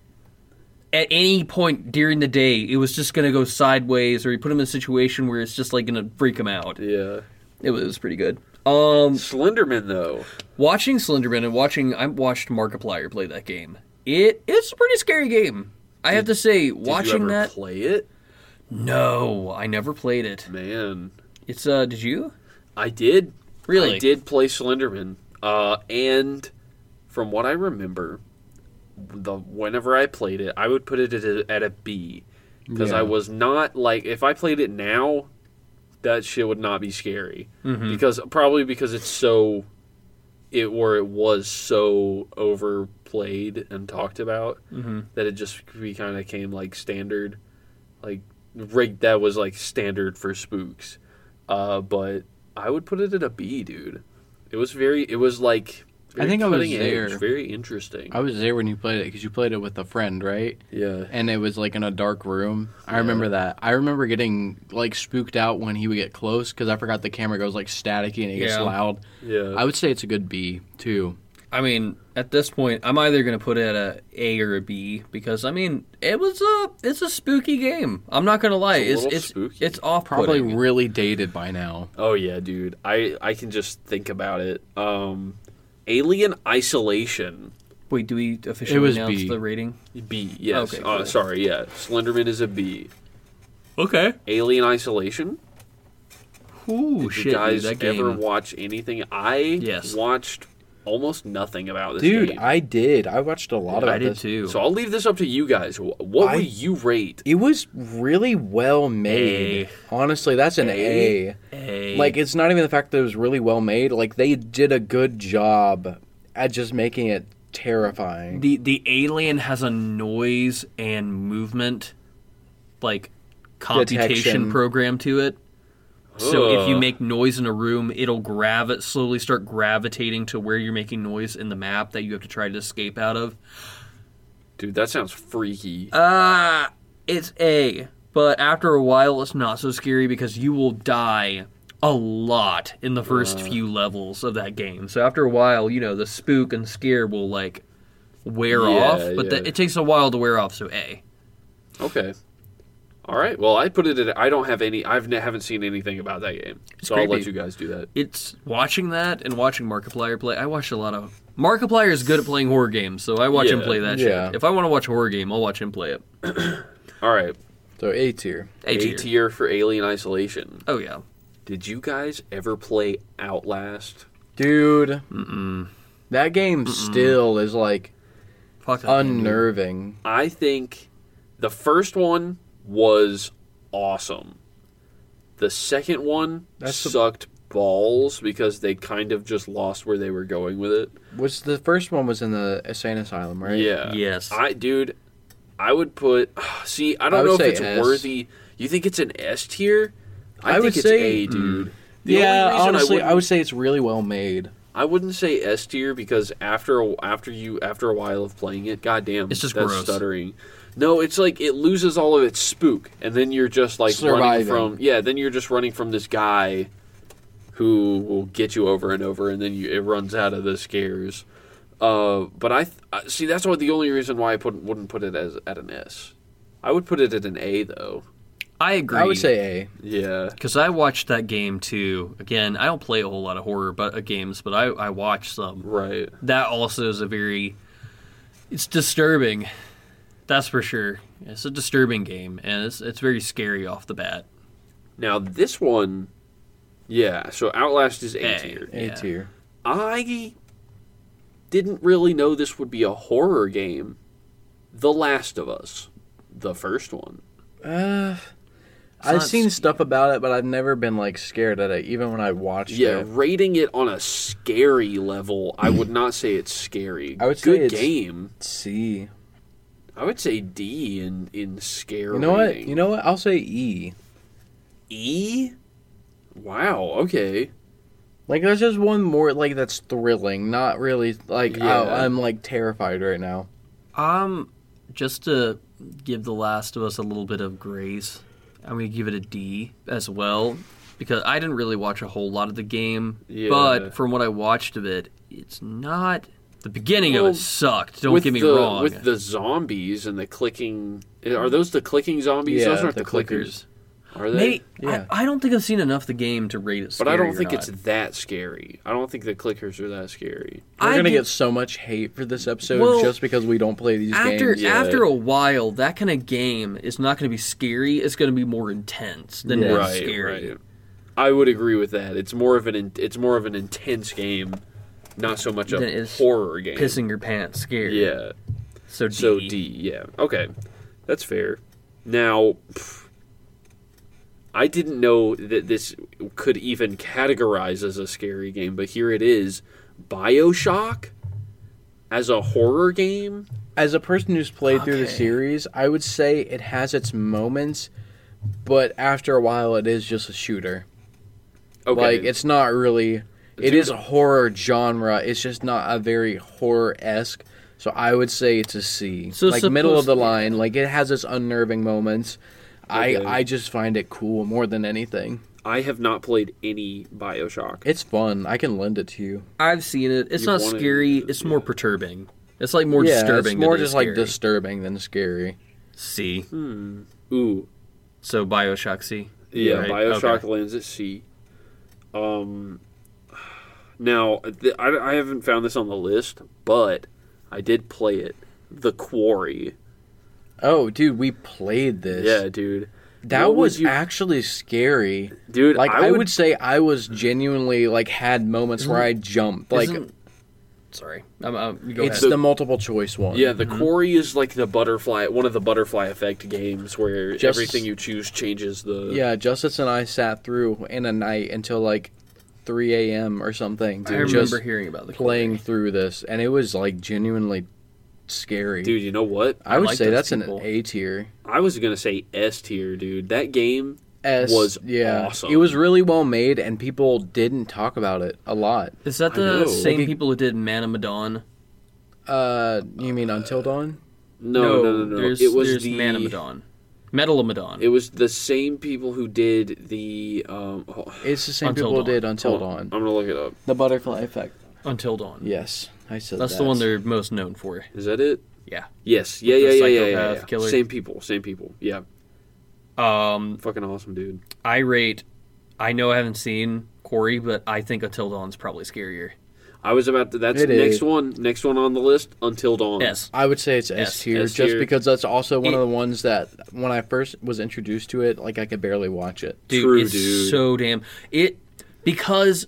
[SPEAKER 3] at any point during the day it was just going to go sideways or he put him in a situation where it's just like going to freak him out.
[SPEAKER 5] Yeah.
[SPEAKER 3] It was, it was pretty good. Um,
[SPEAKER 5] Slenderman though.
[SPEAKER 3] watching Slenderman and watching I watched Markiplier play that game. It it's a pretty scary game. I have to say,
[SPEAKER 5] Did
[SPEAKER 3] watching
[SPEAKER 5] you ever
[SPEAKER 3] that.
[SPEAKER 5] play it?
[SPEAKER 3] no, I never played it.
[SPEAKER 5] Man,
[SPEAKER 3] It's uh, did you
[SPEAKER 5] I did.
[SPEAKER 3] really?
[SPEAKER 5] I did play Slenderman. Uh, and from what I remember, the whenever I played it, I would put it at a, at a B because I
[SPEAKER 4] Yeah.
[SPEAKER 5] was not like if I played it now, that shit would not be scary
[SPEAKER 3] Mm-hmm.
[SPEAKER 5] because probably because it's so it or it was so overplayed and talked about
[SPEAKER 4] Mm-hmm.
[SPEAKER 5] that it just kind of came like standard, like reg- that was like standard for spooks. Uh, but I would put it at a B, dude. It was very. It was like. Very
[SPEAKER 4] think I was
[SPEAKER 5] cutting edge,
[SPEAKER 4] there.
[SPEAKER 5] Very interesting.
[SPEAKER 4] I was there when you played it because you played it with a friend, right?
[SPEAKER 5] yeah.
[SPEAKER 4] And it was like in a dark room. I remember that. I remember getting like spooked out when he would get close because I forgot the camera goes like staticky and it gets
[SPEAKER 3] Yeah.
[SPEAKER 4] loud.
[SPEAKER 5] Yeah.
[SPEAKER 4] I would say it's a good B too.
[SPEAKER 3] I mean, at this point, I'm either gonna put it at a A or a B because I mean, it was a it's a spooky game. I'm not gonna lie,
[SPEAKER 5] It's a
[SPEAKER 3] it's
[SPEAKER 5] little
[SPEAKER 3] it's
[SPEAKER 5] spooky.
[SPEAKER 3] it's off
[SPEAKER 4] Probably
[SPEAKER 3] putting.
[SPEAKER 4] really dated by now.
[SPEAKER 5] oh yeah, dude. I I can just think about it. Um, Alien Isolation.
[SPEAKER 3] Wait, do we officially
[SPEAKER 4] was
[SPEAKER 3] announce
[SPEAKER 4] B.
[SPEAKER 3] the rating?
[SPEAKER 5] B. Yes.
[SPEAKER 3] Okay,
[SPEAKER 5] Uh,
[SPEAKER 3] cool.
[SPEAKER 5] Sorry. Yeah. Slenderman is a B.
[SPEAKER 3] Okay.
[SPEAKER 5] Alien Isolation.
[SPEAKER 3] Ooh,
[SPEAKER 5] Did
[SPEAKER 3] shit,
[SPEAKER 5] you guys
[SPEAKER 3] dude, that game.
[SPEAKER 5] ever watch anything? I
[SPEAKER 3] Yes.
[SPEAKER 5] watched almost nothing about this game.
[SPEAKER 4] I did. I watched a lot
[SPEAKER 3] I did too.
[SPEAKER 5] so I'll leave this up to you guys. Wh- What
[SPEAKER 4] I-
[SPEAKER 5] would you rate?
[SPEAKER 4] It was really well made. Honestly, that's an A.
[SPEAKER 3] A.
[SPEAKER 4] Like it's not even the fact that it was really well made. Like they did a good job at just making it terrifying.
[SPEAKER 3] the the alien has a noise and movement like computation
[SPEAKER 4] Detection.
[SPEAKER 3] program to it. So if you
[SPEAKER 5] Ugh.
[SPEAKER 3] make noise in a room, it'll gravi- slowly start gravitating to where you're making noise in the map that you have to try to escape out of.
[SPEAKER 5] Dude, that sounds freaky.
[SPEAKER 3] Uh it's A, but after a while it's not so scary because you will die a lot in the first few levels of that game. So after a while, you know, the spook and scare will like wear
[SPEAKER 5] Yeah,
[SPEAKER 3] off, but the-
[SPEAKER 5] yeah.
[SPEAKER 3] it takes a while to wear off, so A.
[SPEAKER 5] Okay. All right. Well, I put it at. I don't have any. I've n- haven't seen anything about that game, so I'll let
[SPEAKER 3] creepy.
[SPEAKER 5] you guys do that.
[SPEAKER 3] It's watching that and watching Markiplier play. I watched a lot of Markiplier is good at playing horror games, so I watch him
[SPEAKER 5] Yeah,
[SPEAKER 3] play that
[SPEAKER 4] yeah.
[SPEAKER 3] shit. If I want to watch a horror game, I'll watch him play it.
[SPEAKER 5] All right.
[SPEAKER 4] So A tier.
[SPEAKER 3] A tier.
[SPEAKER 5] A tier for Alien Isolation.
[SPEAKER 3] Oh yeah.
[SPEAKER 5] Did you guys ever play Outlast?
[SPEAKER 4] Dude. That game still is like
[SPEAKER 3] Fuck that game, dude.
[SPEAKER 4] unnerving.
[SPEAKER 5] I think the first one was awesome. The second one
[SPEAKER 4] That's the-
[SPEAKER 5] sucked balls because they kind of just lost where they were going with it.
[SPEAKER 4] Was the first one was in the insane asylum, right?
[SPEAKER 5] Yeah.
[SPEAKER 3] Yes.
[SPEAKER 5] I dude, I would put see, I don't
[SPEAKER 4] I would
[SPEAKER 5] know if
[SPEAKER 4] say
[SPEAKER 5] it's
[SPEAKER 4] S.
[SPEAKER 5] worthy. You think it's an S tier? I,
[SPEAKER 4] I
[SPEAKER 5] think
[SPEAKER 4] would
[SPEAKER 5] it's
[SPEAKER 4] say- Mm.
[SPEAKER 5] A, dude. The
[SPEAKER 4] Yeah,
[SPEAKER 5] only reason
[SPEAKER 4] honestly, I,
[SPEAKER 5] wouldn't-
[SPEAKER 4] would say it's really well made.
[SPEAKER 5] I wouldn't say S tier because after a, after you after a while of playing it, goddamn,
[SPEAKER 3] It's just
[SPEAKER 5] that's
[SPEAKER 3] gross.
[SPEAKER 5] stuttering. No, it's like it loses all of its spook, and then you're just like running
[SPEAKER 4] Surviving.
[SPEAKER 5] from yeah. Then you're just running from this guy who will get you over and over, and then you, it runs out of the scares. Uh, but I, th- I see that's what the only reason why I put, wouldn't put it as at an S. I would put it at an A though.
[SPEAKER 3] I agree.
[SPEAKER 4] I would say A.
[SPEAKER 5] Yeah,
[SPEAKER 3] Because I watched that game too. Again, I don't play a whole lot of horror but uh, games, but I, I watch some.
[SPEAKER 5] right.
[SPEAKER 3] That also is a very. It's disturbing. That's for sure. It's a disturbing game, and it's, it's very scary off the bat.
[SPEAKER 5] Now this one, yeah. So Outlast is
[SPEAKER 3] A.
[SPEAKER 5] A tier.
[SPEAKER 4] A
[SPEAKER 3] Yeah.
[SPEAKER 4] tier.
[SPEAKER 5] I didn't really know this would be a horror game. The Last of Us, the first one.
[SPEAKER 4] Uh,
[SPEAKER 3] not
[SPEAKER 4] I've seen
[SPEAKER 3] sc-
[SPEAKER 4] stuff about it, but I've never been like scared at it, even when I watched
[SPEAKER 5] Yeah,
[SPEAKER 4] it.
[SPEAKER 5] rating it on a scary level, I would not say it's scary.
[SPEAKER 4] I would say
[SPEAKER 5] Good
[SPEAKER 4] it's-
[SPEAKER 5] game.
[SPEAKER 4] C.
[SPEAKER 5] I would say D in in scare.
[SPEAKER 4] You know what?
[SPEAKER 5] rating.
[SPEAKER 4] You know what? I'll say E.
[SPEAKER 5] E. Wow. Okay.
[SPEAKER 4] Like there's just one more like that's thrilling, not really like oh,
[SPEAKER 5] Yeah.
[SPEAKER 4] I'm like terrified right now.
[SPEAKER 3] Um, Just to give The Last of Us a little bit of grace, I'm going to give it a D as well. Because I didn't really watch a whole lot of the game,
[SPEAKER 5] Yeah.
[SPEAKER 3] but from what I watched of it, it's not. The beginning
[SPEAKER 5] Well,
[SPEAKER 3] of it sucked. Don't
[SPEAKER 5] with
[SPEAKER 3] get me
[SPEAKER 5] the,
[SPEAKER 3] wrong.
[SPEAKER 5] With the zombies and the clicking, are those the clicking zombies?
[SPEAKER 4] Yeah,
[SPEAKER 5] those aren't the,
[SPEAKER 4] the
[SPEAKER 5] clickers. Are they?
[SPEAKER 3] Maybe,
[SPEAKER 4] Yeah.
[SPEAKER 3] I, I don't think I've seen enough of the game to rate it.
[SPEAKER 5] but I
[SPEAKER 3] scary
[SPEAKER 5] don't
[SPEAKER 3] or
[SPEAKER 5] think
[SPEAKER 3] not.
[SPEAKER 5] it's that scary. I don't think the clickers are that scary.
[SPEAKER 4] We're
[SPEAKER 3] I
[SPEAKER 4] gonna
[SPEAKER 3] do-
[SPEAKER 4] get so much hate for this episode
[SPEAKER 3] Well,
[SPEAKER 4] just because we don't play these
[SPEAKER 3] after
[SPEAKER 4] games.
[SPEAKER 5] yeah.
[SPEAKER 3] after a while. That kind of game is not going to be scary. It's going to be more intense than it is
[SPEAKER 5] right,
[SPEAKER 3] scary.
[SPEAKER 5] right. I would agree with that. It's more of an in, it's more of an intense game, not so much
[SPEAKER 3] Then
[SPEAKER 5] a
[SPEAKER 3] it's
[SPEAKER 5] horror game.
[SPEAKER 3] Pissing your pants, scary.
[SPEAKER 5] Yeah.
[SPEAKER 3] So D.
[SPEAKER 5] So D, yeah. Okay. That's fair. Now, pff, I didn't know that this could even categorize as a scary game, but here it is. BioShock as a horror game?
[SPEAKER 4] As a person who's played through the
[SPEAKER 3] Okay.
[SPEAKER 4] series, I would say it has its moments, but after a while, it is just a shooter.
[SPEAKER 5] Okay.
[SPEAKER 4] Like it's not really.
[SPEAKER 5] Dude.
[SPEAKER 4] It is a horror genre. It's just not a very horror esque. So I would say it's a C.
[SPEAKER 3] So
[SPEAKER 4] like middle of
[SPEAKER 3] suppose-
[SPEAKER 4] the line. Like it has its unnerving moments.
[SPEAKER 5] Okay.
[SPEAKER 4] I I just find it cool more than anything.
[SPEAKER 5] I have not played any BioShock.
[SPEAKER 4] It's fun. I can lend it to you.
[SPEAKER 3] I've seen it. It's
[SPEAKER 5] You
[SPEAKER 3] not
[SPEAKER 5] want it-
[SPEAKER 3] scary. It's more perturbing. It's like more
[SPEAKER 4] yeah,
[SPEAKER 3] disturbing.
[SPEAKER 4] it's more
[SPEAKER 3] than it is
[SPEAKER 4] just like
[SPEAKER 3] scary.
[SPEAKER 4] disturbing than scary.
[SPEAKER 3] C.
[SPEAKER 5] Ooh,
[SPEAKER 3] So Bioshock C.
[SPEAKER 5] Yeah,
[SPEAKER 3] Right?
[SPEAKER 5] Bioshock
[SPEAKER 3] Okay.
[SPEAKER 5] lands at C. Um, now th- I, I haven't found this on the list, but I did play it. The Quarry.
[SPEAKER 4] Oh, dude, we played this.
[SPEAKER 5] Yeah, dude.
[SPEAKER 4] that
[SPEAKER 5] What would
[SPEAKER 4] was
[SPEAKER 5] you-
[SPEAKER 4] actually scary.
[SPEAKER 5] dude.
[SPEAKER 4] Like I,
[SPEAKER 5] I,
[SPEAKER 4] would, say, I was genuinely like had moments where I jumped. Like
[SPEAKER 3] Isn't- sorry, I'm, I'm, you go
[SPEAKER 4] it's
[SPEAKER 3] ahead.
[SPEAKER 4] the multiple choice one.
[SPEAKER 5] Yeah,
[SPEAKER 3] Mm-hmm.
[SPEAKER 5] the Quarry is like the butterfly, one of the butterfly effect games where
[SPEAKER 4] Just-
[SPEAKER 5] everything you choose changes the.
[SPEAKER 4] Yeah, Justice and I sat through in a night until like 3 a.m. or something.
[SPEAKER 3] I
[SPEAKER 4] Dude,
[SPEAKER 3] remember
[SPEAKER 4] just
[SPEAKER 3] hearing about the
[SPEAKER 4] playing through this, and it was like genuinely scary.
[SPEAKER 5] Dude, you know what?
[SPEAKER 4] I would
[SPEAKER 3] like
[SPEAKER 4] say
[SPEAKER 3] those
[SPEAKER 4] that's
[SPEAKER 3] people.
[SPEAKER 4] an A tier.
[SPEAKER 5] I was gonna say S tier, dude. That game
[SPEAKER 4] S
[SPEAKER 5] was
[SPEAKER 4] yeah,
[SPEAKER 5] awesome.
[SPEAKER 4] it was really well made, and people didn't talk about it a lot.
[SPEAKER 3] Is that
[SPEAKER 5] I
[SPEAKER 3] the
[SPEAKER 5] know.
[SPEAKER 3] same
[SPEAKER 4] Like it-
[SPEAKER 3] people who did Man of Madon?
[SPEAKER 4] Uh, you mean Until Dawn?
[SPEAKER 5] no, no, no, no.
[SPEAKER 3] There's,
[SPEAKER 5] it was
[SPEAKER 3] there's
[SPEAKER 5] the
[SPEAKER 3] Man of Madon, Metal of Madon.
[SPEAKER 5] It was the same people who did the. Um, oh,
[SPEAKER 4] It's the same
[SPEAKER 3] Until
[SPEAKER 4] people
[SPEAKER 3] Dawn.
[SPEAKER 4] did Until
[SPEAKER 5] hold on. I'm
[SPEAKER 4] Dawn.
[SPEAKER 5] gonna look it up.
[SPEAKER 4] The Butterfly Effect.
[SPEAKER 3] Until Dawn.
[SPEAKER 4] Yes, I said
[SPEAKER 3] That's
[SPEAKER 4] that.
[SPEAKER 3] the one they're most known for.
[SPEAKER 5] Is that it?
[SPEAKER 3] Yeah.
[SPEAKER 5] Yes. Yeah.
[SPEAKER 3] With
[SPEAKER 5] Yeah.
[SPEAKER 3] the
[SPEAKER 5] Yeah. Yeah. Yeah.
[SPEAKER 3] psychopath
[SPEAKER 5] yeah.
[SPEAKER 3] killer.
[SPEAKER 5] Same people. Same people. Yeah.
[SPEAKER 3] Um,
[SPEAKER 5] Fucking awesome, dude.
[SPEAKER 3] I rate. I know I haven't seen Corey, but I think Until Dawn's probably scarier.
[SPEAKER 5] I was about to. That's
[SPEAKER 4] It
[SPEAKER 5] next
[SPEAKER 4] is.
[SPEAKER 5] one. Next one on the list. Until dawn.
[SPEAKER 3] Yes.
[SPEAKER 4] I would say it's S
[SPEAKER 3] S-
[SPEAKER 4] tier,
[SPEAKER 5] S
[SPEAKER 4] just
[SPEAKER 5] tier.
[SPEAKER 4] because that's also one
[SPEAKER 3] It-
[SPEAKER 4] of the ones that when I first was introduced to it, like I could barely watch it.
[SPEAKER 3] dude,
[SPEAKER 5] True,
[SPEAKER 3] it's
[SPEAKER 5] dude.
[SPEAKER 3] so damn it because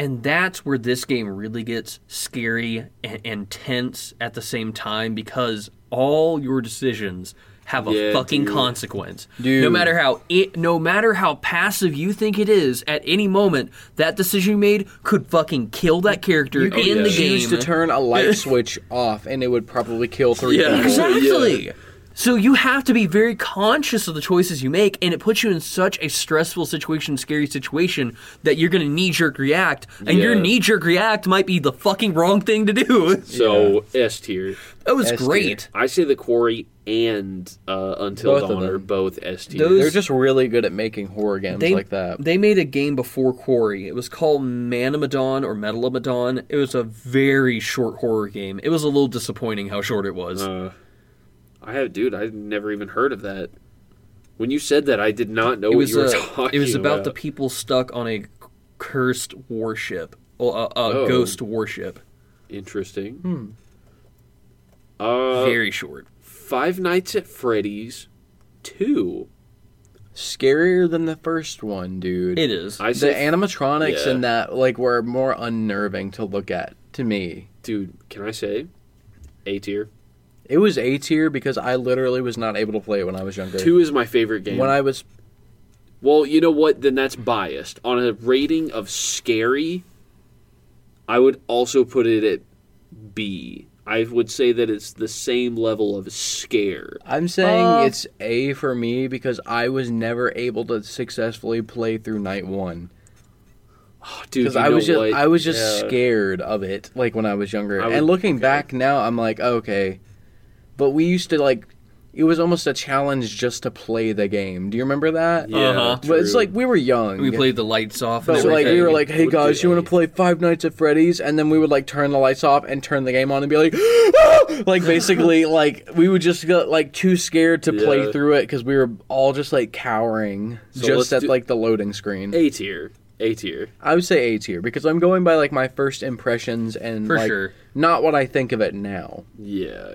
[SPEAKER 3] and that's where this game really gets scary and, and tense at the same time because all your decisions have a
[SPEAKER 5] Yeah,
[SPEAKER 3] fucking
[SPEAKER 5] dude.
[SPEAKER 3] consequence. No
[SPEAKER 4] Dude.
[SPEAKER 3] matter how it, no matter how passive you think it is, at any moment that decision you made could fucking kill that character
[SPEAKER 4] You could
[SPEAKER 3] in the
[SPEAKER 4] choose
[SPEAKER 3] game.
[SPEAKER 4] to turn a light switch off, and it would probably kill three
[SPEAKER 5] Yeah.
[SPEAKER 4] people.
[SPEAKER 3] Exactly. So you have to be very conscious of the choices you make, and it puts you in such a stressful situation, scary situation that you're gonna knee jerk react, and your
[SPEAKER 5] Yeah.
[SPEAKER 3] knee jerk react might be the fucking wrong thing to do.
[SPEAKER 5] So S tier.
[SPEAKER 3] That was
[SPEAKER 4] S tier.
[SPEAKER 3] great.
[SPEAKER 5] I say the quarry and uh, Until
[SPEAKER 4] Both of
[SPEAKER 5] dawn are
[SPEAKER 4] them.
[SPEAKER 5] both S
[SPEAKER 3] Those-
[SPEAKER 5] tier.
[SPEAKER 4] They're just really good at making horror games
[SPEAKER 3] They,
[SPEAKER 4] like that.
[SPEAKER 3] they made a game before Quarry. It was called Manamadon or Metalamadon. It was a very short horror game. It was a little disappointing how short it was.
[SPEAKER 5] Uh, I have, dude. I've never even heard of that. When you said that, I did not know
[SPEAKER 3] it
[SPEAKER 5] what
[SPEAKER 3] was
[SPEAKER 5] you were
[SPEAKER 3] a-
[SPEAKER 5] talking.
[SPEAKER 3] it was about the people stuck on a cursed warship, or a, a
[SPEAKER 5] Oh.
[SPEAKER 3] ghost warship.
[SPEAKER 5] interesting.
[SPEAKER 3] Hmm.
[SPEAKER 5] Uh,
[SPEAKER 3] very short.
[SPEAKER 5] Five Nights at Freddy's, two.
[SPEAKER 4] Scarier than the first one, dude.
[SPEAKER 3] It is.
[SPEAKER 5] I
[SPEAKER 4] the
[SPEAKER 5] say,
[SPEAKER 4] animatronics
[SPEAKER 5] yeah.
[SPEAKER 4] in that like were more unnerving to look at to me.
[SPEAKER 5] dude. Can I say, A tier?
[SPEAKER 4] It was A tier because I literally was not able to play it when I was younger.
[SPEAKER 5] Two is my favorite game.
[SPEAKER 4] when I was
[SPEAKER 5] well, you know what? Then that's biased. On a rating of scary, I would also put it at B. I would say that it's the same level of scare.
[SPEAKER 4] I'm saying
[SPEAKER 3] Uh.
[SPEAKER 4] it's A for me because I was never able to successfully play through night one
[SPEAKER 5] Oh, dude,
[SPEAKER 4] because
[SPEAKER 5] you
[SPEAKER 4] I
[SPEAKER 5] know
[SPEAKER 4] was just
[SPEAKER 5] what?
[SPEAKER 4] I was just
[SPEAKER 5] Yeah.
[SPEAKER 4] scared of it like oh, when I was younger.
[SPEAKER 5] I would-
[SPEAKER 4] and looking back now, I'm like okay, but we used to like it was almost a challenge just to play the game. Do you remember that?
[SPEAKER 3] Uh-huh.
[SPEAKER 4] But it's like we were young.
[SPEAKER 3] We played the lights off.
[SPEAKER 4] But
[SPEAKER 3] and
[SPEAKER 4] like we
[SPEAKER 3] everything.
[SPEAKER 4] were like, hey guys, you want to play Five Nights at Freddy's? And then we would like turn the lights off and turn the game on and be like, "Ah!" like basically like we would just get like too scared to play
[SPEAKER 5] Yeah.
[SPEAKER 4] through it because we were all just like cowering just
[SPEAKER 5] let's
[SPEAKER 4] at
[SPEAKER 5] do-
[SPEAKER 4] like the loading screen.
[SPEAKER 5] A tier. A tier.
[SPEAKER 4] I would say A tier because I'm going by like my first impressions and
[SPEAKER 3] For
[SPEAKER 4] like,
[SPEAKER 3] sure.
[SPEAKER 4] not what I think of it now.
[SPEAKER 5] Yeah.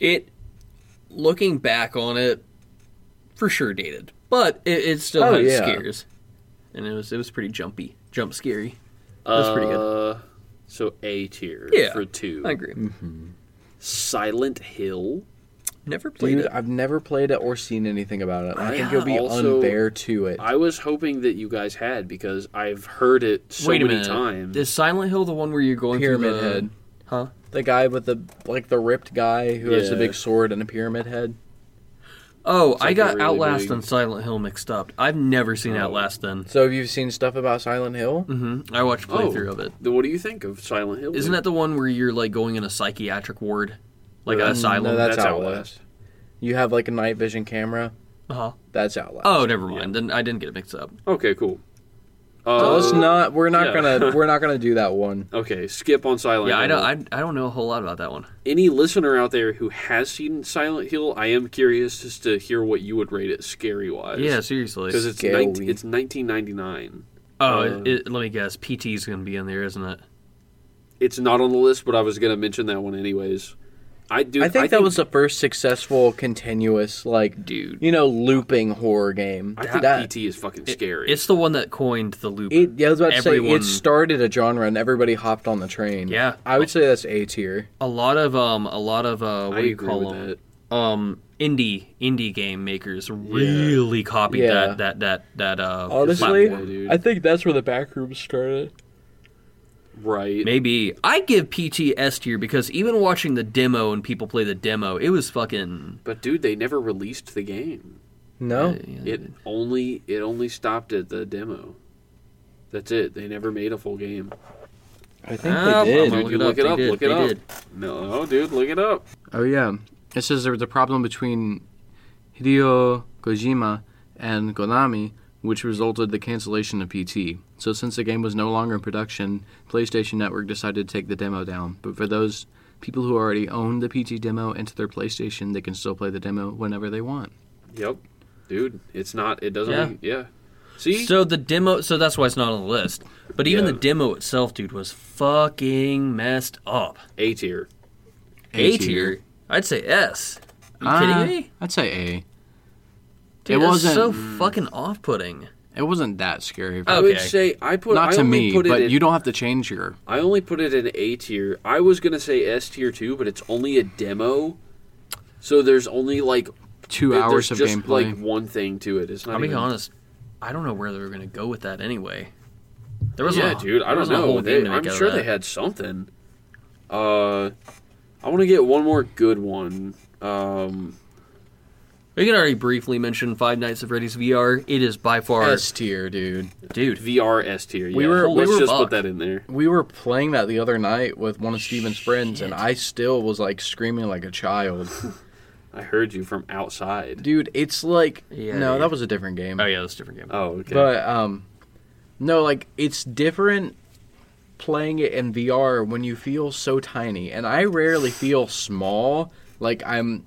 [SPEAKER 3] it. Looking back on it, for sure dated, but it, it still
[SPEAKER 4] Oh,
[SPEAKER 3] had
[SPEAKER 4] yeah.
[SPEAKER 3] scares, and it was it was pretty jumpy, jump scary.
[SPEAKER 5] That's
[SPEAKER 3] pretty
[SPEAKER 5] good. Uh, So A tier
[SPEAKER 3] Yeah,
[SPEAKER 5] for two.
[SPEAKER 3] I agree.
[SPEAKER 4] Mm.
[SPEAKER 5] Silent Hill.
[SPEAKER 3] Never played
[SPEAKER 4] Dude,
[SPEAKER 3] it.
[SPEAKER 4] I've never played it or seen anything about it. I think it'll be
[SPEAKER 5] Also-
[SPEAKER 4] unfair to it.
[SPEAKER 5] I was hoping that you guys had because I've heard it so
[SPEAKER 3] Wait a
[SPEAKER 5] many
[SPEAKER 3] minute.
[SPEAKER 5] times.
[SPEAKER 3] Is Silent Hill the one where you're going
[SPEAKER 4] Pyramid
[SPEAKER 3] through the
[SPEAKER 4] Head.
[SPEAKER 3] Huh?
[SPEAKER 4] The guy with the like the ripped guy who has a
[SPEAKER 5] Yeah.
[SPEAKER 4] big sword and a pyramid head.
[SPEAKER 3] Oh, I
[SPEAKER 5] like
[SPEAKER 3] got
[SPEAKER 5] a really
[SPEAKER 3] Outlast
[SPEAKER 5] big-
[SPEAKER 3] and Silent Hill mixed up. I've never seen
[SPEAKER 4] Oh.
[SPEAKER 3] Outlast then.
[SPEAKER 4] So have you seen stuff about Silent Hill?
[SPEAKER 3] hmm I
[SPEAKER 4] Oh.
[SPEAKER 3] watched playthrough of it.
[SPEAKER 5] Then what do you think of Silent Hill?
[SPEAKER 3] Isn't
[SPEAKER 5] dude?
[SPEAKER 3] that the one where you're like going in a psychiatric ward, like an
[SPEAKER 5] No,
[SPEAKER 3] asylum?
[SPEAKER 4] Uh, No, that's,
[SPEAKER 5] That's
[SPEAKER 4] Outlast.
[SPEAKER 5] Outlast.
[SPEAKER 4] You have like a night vision camera.
[SPEAKER 3] uh-huh.
[SPEAKER 4] That's Outlast.
[SPEAKER 3] Oh, never mind. Then I didn't get it mixed up.
[SPEAKER 5] Okay, cool.
[SPEAKER 4] So let's
[SPEAKER 5] Uh,
[SPEAKER 4] not. We're not
[SPEAKER 5] yeah.
[SPEAKER 4] gonna. We're not gonna do that one.
[SPEAKER 5] okay, skip on Silent
[SPEAKER 3] yeah, I
[SPEAKER 5] Hill.
[SPEAKER 3] don't. I, I don't know a whole lot about that one.
[SPEAKER 5] Any listener out there who has seen Silent Hill, I am curious just to hear what you would rate it scary wise.
[SPEAKER 3] Yeah, seriously.
[SPEAKER 5] because it's uh,
[SPEAKER 4] Scary.
[SPEAKER 5] 19, it's 1999.
[SPEAKER 3] oh, it, it- let me guess. PT's going to be in there, isn't it?
[SPEAKER 5] It's not on the list, but I was gonna mention that one anyways. I do.
[SPEAKER 4] I think that was the first successful continuous like
[SPEAKER 3] Dude.
[SPEAKER 4] You know, looping horror game.
[SPEAKER 5] I think
[SPEAKER 3] E
[SPEAKER 4] that,
[SPEAKER 5] PT is fucking scary.
[SPEAKER 3] It's the one that coined the loop.
[SPEAKER 4] It, yeah, I was about to say
[SPEAKER 3] Everyone-
[SPEAKER 4] it started a genre and everybody hopped on the train.
[SPEAKER 3] Yeah.
[SPEAKER 4] I would say that's A tier.
[SPEAKER 3] a lot of um, a lot of uh, what
[SPEAKER 5] I
[SPEAKER 3] do you
[SPEAKER 5] agree
[SPEAKER 3] call
[SPEAKER 5] with
[SPEAKER 3] them? Um, indie indie game makers really copied
[SPEAKER 4] Yeah.
[SPEAKER 3] that that that that uh.
[SPEAKER 4] Honestly,
[SPEAKER 3] platform.
[SPEAKER 5] dude.
[SPEAKER 4] I think that's where the backrooms started.
[SPEAKER 5] right.
[SPEAKER 3] Maybe I give PT S tier because even watching the demo and people play the demo, it was fucking. uh,
[SPEAKER 5] But dude, they never released the game.
[SPEAKER 4] No,
[SPEAKER 5] It
[SPEAKER 3] Mm.
[SPEAKER 5] only it only stopped at the demo. That's it. They never made a full game.
[SPEAKER 4] I think
[SPEAKER 3] Ah,
[SPEAKER 4] they
[SPEAKER 3] I'm
[SPEAKER 4] did.
[SPEAKER 3] gonna
[SPEAKER 5] Dude, you look it up.
[SPEAKER 3] They did.
[SPEAKER 5] Look it
[SPEAKER 3] They
[SPEAKER 5] up.
[SPEAKER 3] did.
[SPEAKER 5] No, dude, look it up.
[SPEAKER 4] Oh yeah, it says there was a problem between Hideo Kojima and Konami, which resulted the cancellation of PT. So since the game was no longer in production, PlayStation Network decided to take the demo down. But for those people who already own the PT demo into their PlayStation, they can still play the demo whenever they want.
[SPEAKER 5] Yep, dude, it's not. It doesn't.
[SPEAKER 3] Yeah.
[SPEAKER 5] Yeah. See,
[SPEAKER 3] So the demo, so that's why it's not on the list. But even
[SPEAKER 5] Yeah.
[SPEAKER 3] the demo itself, dude, was fucking messed up.
[SPEAKER 5] A tier.
[SPEAKER 3] A tier, I'd say S. You
[SPEAKER 4] Uh,
[SPEAKER 3] kidding me?
[SPEAKER 4] I'd say A.
[SPEAKER 3] Dude,
[SPEAKER 4] it
[SPEAKER 3] that's
[SPEAKER 4] wasn't.
[SPEAKER 3] so fucking off-putting.
[SPEAKER 4] it wasn't that scary.
[SPEAKER 5] I
[SPEAKER 3] Oh,
[SPEAKER 5] would
[SPEAKER 3] Okay.
[SPEAKER 5] say I put.
[SPEAKER 4] Not
[SPEAKER 5] I
[SPEAKER 4] to
[SPEAKER 5] only
[SPEAKER 4] me,
[SPEAKER 5] put it
[SPEAKER 4] but
[SPEAKER 5] in-
[SPEAKER 4] you don't have to change your.
[SPEAKER 5] I only put it in A tier. I was gonna say S tier too, but it's only a demo. So there's only like
[SPEAKER 4] Two
[SPEAKER 5] there's
[SPEAKER 4] hours of
[SPEAKER 5] just
[SPEAKER 4] gameplay.
[SPEAKER 5] like one thing to it. It's not.
[SPEAKER 3] I'll be
[SPEAKER 5] even,
[SPEAKER 3] honest, I don't know where they were gonna go with that anyway. There was
[SPEAKER 5] Yeah,
[SPEAKER 3] a,
[SPEAKER 5] dude. I
[SPEAKER 3] there
[SPEAKER 5] don't
[SPEAKER 3] wasn't a whole
[SPEAKER 5] know. They,
[SPEAKER 3] game to make
[SPEAKER 5] I'm
[SPEAKER 3] out of
[SPEAKER 5] sure they
[SPEAKER 3] that.
[SPEAKER 5] had something. Uh, I want to get one more good one. Um,
[SPEAKER 3] We can already briefly mention Five Nights at Freddy's VR. It is by far,
[SPEAKER 4] tier, dude.
[SPEAKER 3] dude.
[SPEAKER 5] VR S tier. Yeah.
[SPEAKER 4] We were-
[SPEAKER 5] Let's
[SPEAKER 3] we were
[SPEAKER 5] just put
[SPEAKER 3] bucked.
[SPEAKER 5] that in there.
[SPEAKER 4] We were playing that the other night with one of Steven's friends, and I still was like screaming like a child.
[SPEAKER 5] I heard you from outside.
[SPEAKER 4] Dude, it's like
[SPEAKER 3] Yeah,
[SPEAKER 4] no,
[SPEAKER 3] yeah.
[SPEAKER 4] that was a different game.
[SPEAKER 3] Oh yeah, that's a different game.
[SPEAKER 5] Oh, okay.
[SPEAKER 4] But um, no, like it's different playing it in VR when you feel so tiny, and I rarely feel small. Like I'm,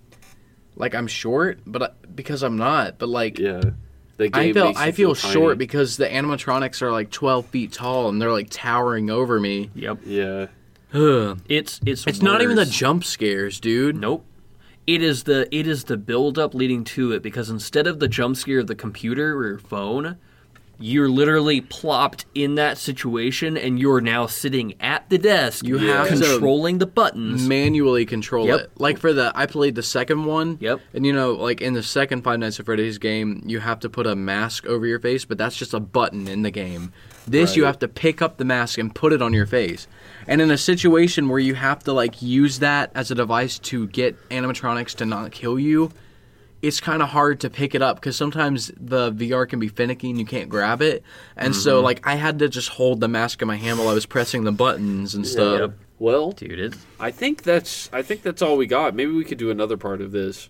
[SPEAKER 4] like I'm short, but I, because I'm not. But like
[SPEAKER 5] yeah, the
[SPEAKER 4] I feel
[SPEAKER 5] makes you
[SPEAKER 4] I feel
[SPEAKER 5] tiny.
[SPEAKER 4] short because the animatronics are like 12 feet tall and they're like towering over me.
[SPEAKER 3] Yep.
[SPEAKER 5] Yeah,
[SPEAKER 4] Ugh.
[SPEAKER 3] It's it's
[SPEAKER 4] It's not even the
[SPEAKER 3] worse.
[SPEAKER 4] jump scares, dude.
[SPEAKER 3] Nope. It is the it is the build up leading to it because instead of the jump scare of the computer or your phone, you're literally plopped in that situation and you're now sitting at the desk.
[SPEAKER 4] You have to-
[SPEAKER 3] controlling the buttons.
[SPEAKER 4] manually control
[SPEAKER 3] Yep.
[SPEAKER 4] it. Like for the I played the second one.
[SPEAKER 3] Yep.
[SPEAKER 4] And you know, like in the second Five Nights at Freddy's game, you have to put a mask over your face, but that's just a button in the game. This you have to pick up the mask and put it on your face. And in a situation where you have to like use that as a device to get animatronics to not kill you, it's kind of hard to pick it up because sometimes the VR can be finicky and you can't grab it. And so,
[SPEAKER 3] Mm-hmm.
[SPEAKER 4] like, I had to just hold the mask in my hand while I was pressing the buttons and stuff.
[SPEAKER 5] Yep. Well,
[SPEAKER 3] Dude, it,
[SPEAKER 5] I think that's I think that's all we got. Maybe we could do another part of this.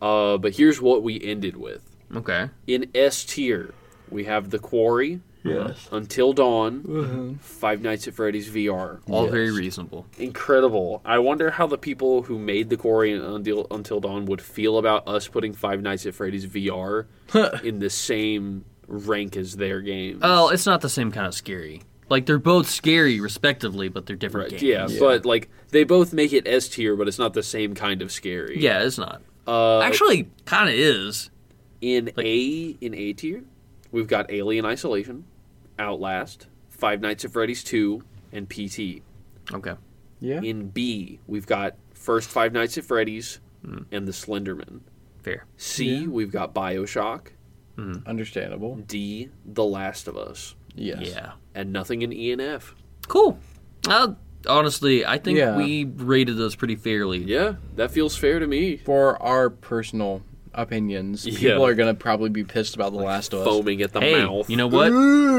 [SPEAKER 5] Uh, but here's what we ended with.
[SPEAKER 3] Okay.
[SPEAKER 5] In S tier, we have The Quarry,
[SPEAKER 2] Yes.
[SPEAKER 5] Until Dawn, Five Nights at Freddy's VR.
[SPEAKER 3] All very reasonable.
[SPEAKER 5] Incredible. I wonder how the people who made The Quarry and Until, Until Dawn would feel about us putting Five Nights at Freddy's VR in the same rank as their game.
[SPEAKER 3] Oh, it's not the same kind of scary. Like they're both scary respectively, but they're different
[SPEAKER 5] Right,
[SPEAKER 3] games.
[SPEAKER 5] yeah, but like they both make it S tier, but it's not the same kind of scary.
[SPEAKER 3] Yeah, it's not.
[SPEAKER 5] Uh,
[SPEAKER 3] Actually, kind of is.
[SPEAKER 5] in A in A tier, we've got Alien Isolation, Outlast, Five Nights at Freddy's Two, and PT.
[SPEAKER 3] Okay.
[SPEAKER 4] Yeah.
[SPEAKER 5] In B, we've got first Five Nights at Freddy's
[SPEAKER 3] Hmm.
[SPEAKER 5] and The Slenderman.
[SPEAKER 3] Fair.
[SPEAKER 5] C, we've got Bioshock.
[SPEAKER 4] Understandable.
[SPEAKER 5] D, The Last of Us,
[SPEAKER 4] Yes.
[SPEAKER 3] Yeah.
[SPEAKER 5] and nothing in E and F.
[SPEAKER 3] Cool. Uh, honestly, I think
[SPEAKER 4] Yeah.
[SPEAKER 3] we rated those pretty fairly.
[SPEAKER 5] Yeah, that feels fair to me.
[SPEAKER 4] For our personal opinions,
[SPEAKER 5] Yeah.
[SPEAKER 4] people are gonna probably be pissed about The Last of Us.
[SPEAKER 5] Foaming at the
[SPEAKER 3] Hey,
[SPEAKER 5] mouth.
[SPEAKER 3] you know what?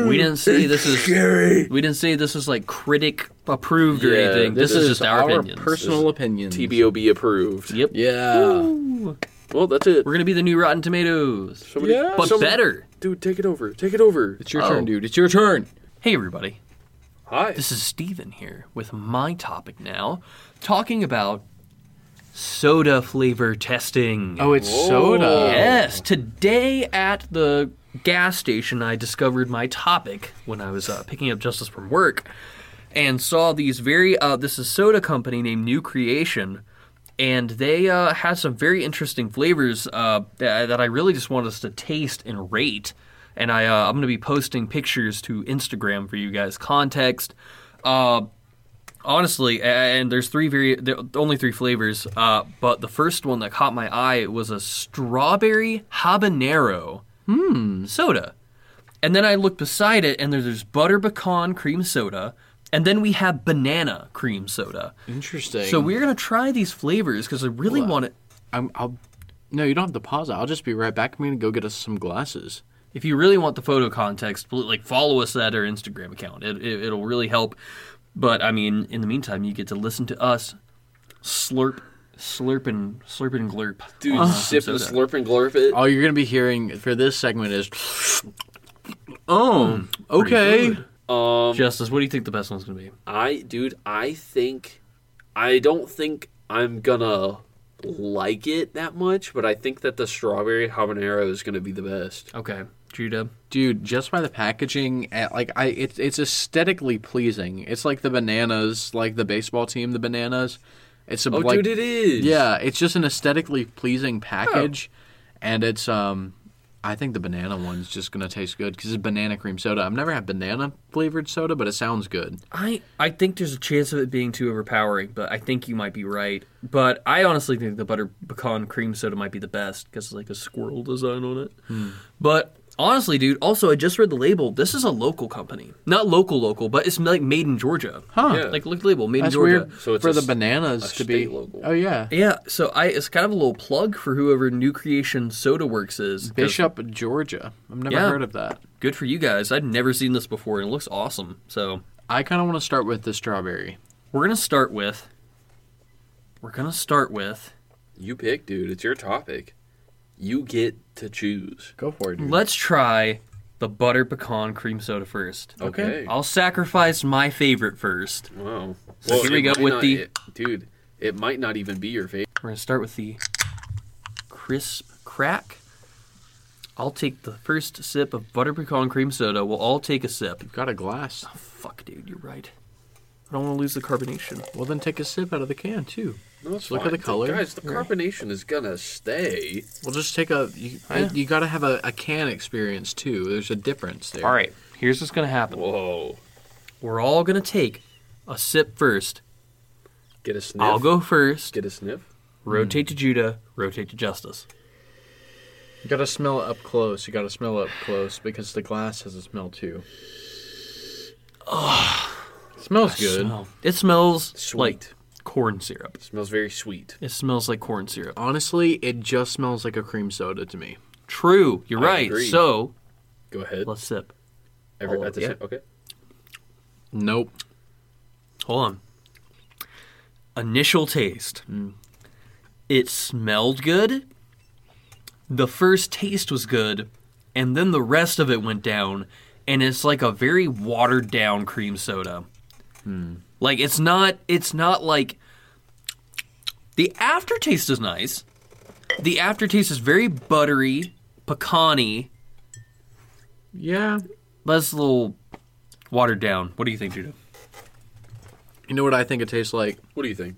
[SPEAKER 3] we didn't say this is we didn't say this is like critic approved or
[SPEAKER 5] Yeah,
[SPEAKER 3] anything. This, is, just our, opinions.
[SPEAKER 4] personal opinions.
[SPEAKER 5] TBOB approved.
[SPEAKER 3] Yep.
[SPEAKER 4] Yeah.
[SPEAKER 5] Well, that's it.
[SPEAKER 3] We're gonna be the new Rotten Tomatoes,
[SPEAKER 5] Somebody-
[SPEAKER 4] Yeah.
[SPEAKER 3] but
[SPEAKER 5] someone-
[SPEAKER 3] better.
[SPEAKER 5] Dude, take it over. Take it over.
[SPEAKER 4] It's your
[SPEAKER 3] Oh.
[SPEAKER 4] turn, dude. It's your turn.
[SPEAKER 3] Hey, everybody.
[SPEAKER 5] Hi.
[SPEAKER 3] This is Steven here with my topic now, talking about soda flavor testing.
[SPEAKER 4] Oh, it's
[SPEAKER 5] soda.
[SPEAKER 3] Yes, today at the gas station, I discovered my topic when I was uh, picking up justice from work, and saw these very. Uh, this is soda company named New Creation, and they uh, had some very interesting flavors uh, that, that I really just want us to taste and rate. And I, uh, I'm going to be posting pictures to Instagram for you guys. Context. Uh, honestly, a- and there's three very there- only three flavors, uh, but the first one that caught my eye was a strawberry habanero soda, and then I looked beside it, and there- there's butter pecan cream soda, and then we have banana cream soda.
[SPEAKER 4] Interesting.
[SPEAKER 3] So we're gonna try these flavors because I really want to.
[SPEAKER 4] I'm, I'll. No, you don't have to pause. it. I'll just be right back. I'm gonna go get us some glasses.
[SPEAKER 3] If you really want the photo context, pl- like follow us at our Instagram account. It, it it'll really help. But I mean, in the meantime, you get to listen to us slurp, slurp and slurp and glurp. Uh,
[SPEAKER 5] Dude,
[SPEAKER 3] on some
[SPEAKER 5] sip and
[SPEAKER 3] soda.
[SPEAKER 5] slurp and glurp it.
[SPEAKER 4] All you're gonna be hearing for this segment is. Oh, okay.
[SPEAKER 5] Um,
[SPEAKER 3] Justice, what do you think the best one's gonna be?
[SPEAKER 5] I, dude, I think, I don't think I'm gonna like it that much, but I think that the strawberry habanero is gonna be the best.
[SPEAKER 3] Okay, Judah.
[SPEAKER 4] Dude, just by the packaging, eh, like I, it's it's aesthetically pleasing. It's like the bananas, like the baseball team, the bananas. It's a,
[SPEAKER 5] Oh,
[SPEAKER 4] like,
[SPEAKER 5] dude, it is.
[SPEAKER 4] Yeah, it's just an aesthetically pleasing package, and it's um, I think the banana one's just gonna taste good because it's banana cream soda. I've never had banana flavored soda, but it sounds good.
[SPEAKER 3] I I think there's a chance of it being too overpowering, but I think you might be right. But I honestly think the butter pecan cream soda might be the best because it's like a squirrel design on it.
[SPEAKER 4] Hmm.
[SPEAKER 3] But honestly, dude, also I just read the label. This is a local company, not local local, but it's like made in Georgia.
[SPEAKER 4] Huh?
[SPEAKER 5] Yeah.
[SPEAKER 3] Like look at the label, made
[SPEAKER 4] That's
[SPEAKER 3] in Georgia.
[SPEAKER 4] weird
[SPEAKER 5] So it's
[SPEAKER 4] for
[SPEAKER 5] a
[SPEAKER 4] the
[SPEAKER 5] s-
[SPEAKER 4] bananas
[SPEAKER 5] a
[SPEAKER 4] to be.
[SPEAKER 5] state logo.
[SPEAKER 4] Oh yeah,
[SPEAKER 3] Yeah, so I it's kind of a little plug for whoever New Creation Soda Works is. 'cause
[SPEAKER 4] Bishop, Georgia. I've never
[SPEAKER 3] Yeah.
[SPEAKER 4] heard of that.
[SPEAKER 3] Good for you guys. I'd never seen this before, and it looks awesome. So
[SPEAKER 4] I kind of want to start with the strawberry.
[SPEAKER 3] we're gonna start with. We're gonna start with.
[SPEAKER 5] You pick, dude. It's your topic. You get to choose.
[SPEAKER 4] Go for it.
[SPEAKER 3] Let's try the butter pecan cream soda first.
[SPEAKER 4] Okay.
[SPEAKER 3] I'll sacrifice my favorite first.
[SPEAKER 5] Wow.
[SPEAKER 3] So here we
[SPEAKER 5] it
[SPEAKER 3] go
[SPEAKER 5] might
[SPEAKER 3] with
[SPEAKER 5] not-
[SPEAKER 3] the-
[SPEAKER 5] it- dude, it might not even be your favorite.
[SPEAKER 3] We're gonna start with the crisp crack. I'll take the first sip of butter pecan cream soda. We'll all take a sip.
[SPEAKER 4] Got a glass.
[SPEAKER 3] Fuck, dude, you're right. I don't want to lose the carbonation.
[SPEAKER 4] Well, then take a sip out of the can too.
[SPEAKER 5] No, it's
[SPEAKER 4] Look at the
[SPEAKER 5] fine.
[SPEAKER 4] color.
[SPEAKER 5] Guys, the carbonation is gonna stay.
[SPEAKER 4] Well, just take a. You,
[SPEAKER 3] Oh,
[SPEAKER 4] I- you got to have a, a can experience too. There's a difference there.
[SPEAKER 3] All right, here's what's gonna happen.
[SPEAKER 5] Whoa.
[SPEAKER 3] We're all gonna take a sip first.
[SPEAKER 5] Get a sniff.
[SPEAKER 3] I'll go first.
[SPEAKER 5] Get Hmm. a sniff.
[SPEAKER 3] Rotate to Judah. Rotate to Justice.
[SPEAKER 4] You got to smell it up close. You got to smell it up close because the glass has a smell too. It smells good.
[SPEAKER 3] Smell. It smells
[SPEAKER 5] Sweet.
[SPEAKER 3] like corn syrup.
[SPEAKER 5] smells very sweet.
[SPEAKER 3] It smells like corn syrup.
[SPEAKER 4] Honestly, it just smells like a cream soda to me.
[SPEAKER 3] True. You're
[SPEAKER 5] I
[SPEAKER 3] right.
[SPEAKER 5] agree.
[SPEAKER 3] So
[SPEAKER 5] Go ahead.
[SPEAKER 3] let's sip.
[SPEAKER 5] Every,
[SPEAKER 3] all
[SPEAKER 5] at the
[SPEAKER 3] of-
[SPEAKER 5] same- Okay.
[SPEAKER 4] Nope.
[SPEAKER 3] Hold on. Initial taste. It smelled good. the first taste was good, and then the rest of it went down, and it's like a very watered down cream soda. Like it's not it's not like the aftertaste is nice. The aftertaste is very buttery, pecan-y,
[SPEAKER 4] Yeah.
[SPEAKER 3] but it's a little watered down. What do you think, Judah?
[SPEAKER 4] You know what I think it tastes like?
[SPEAKER 5] What do you think?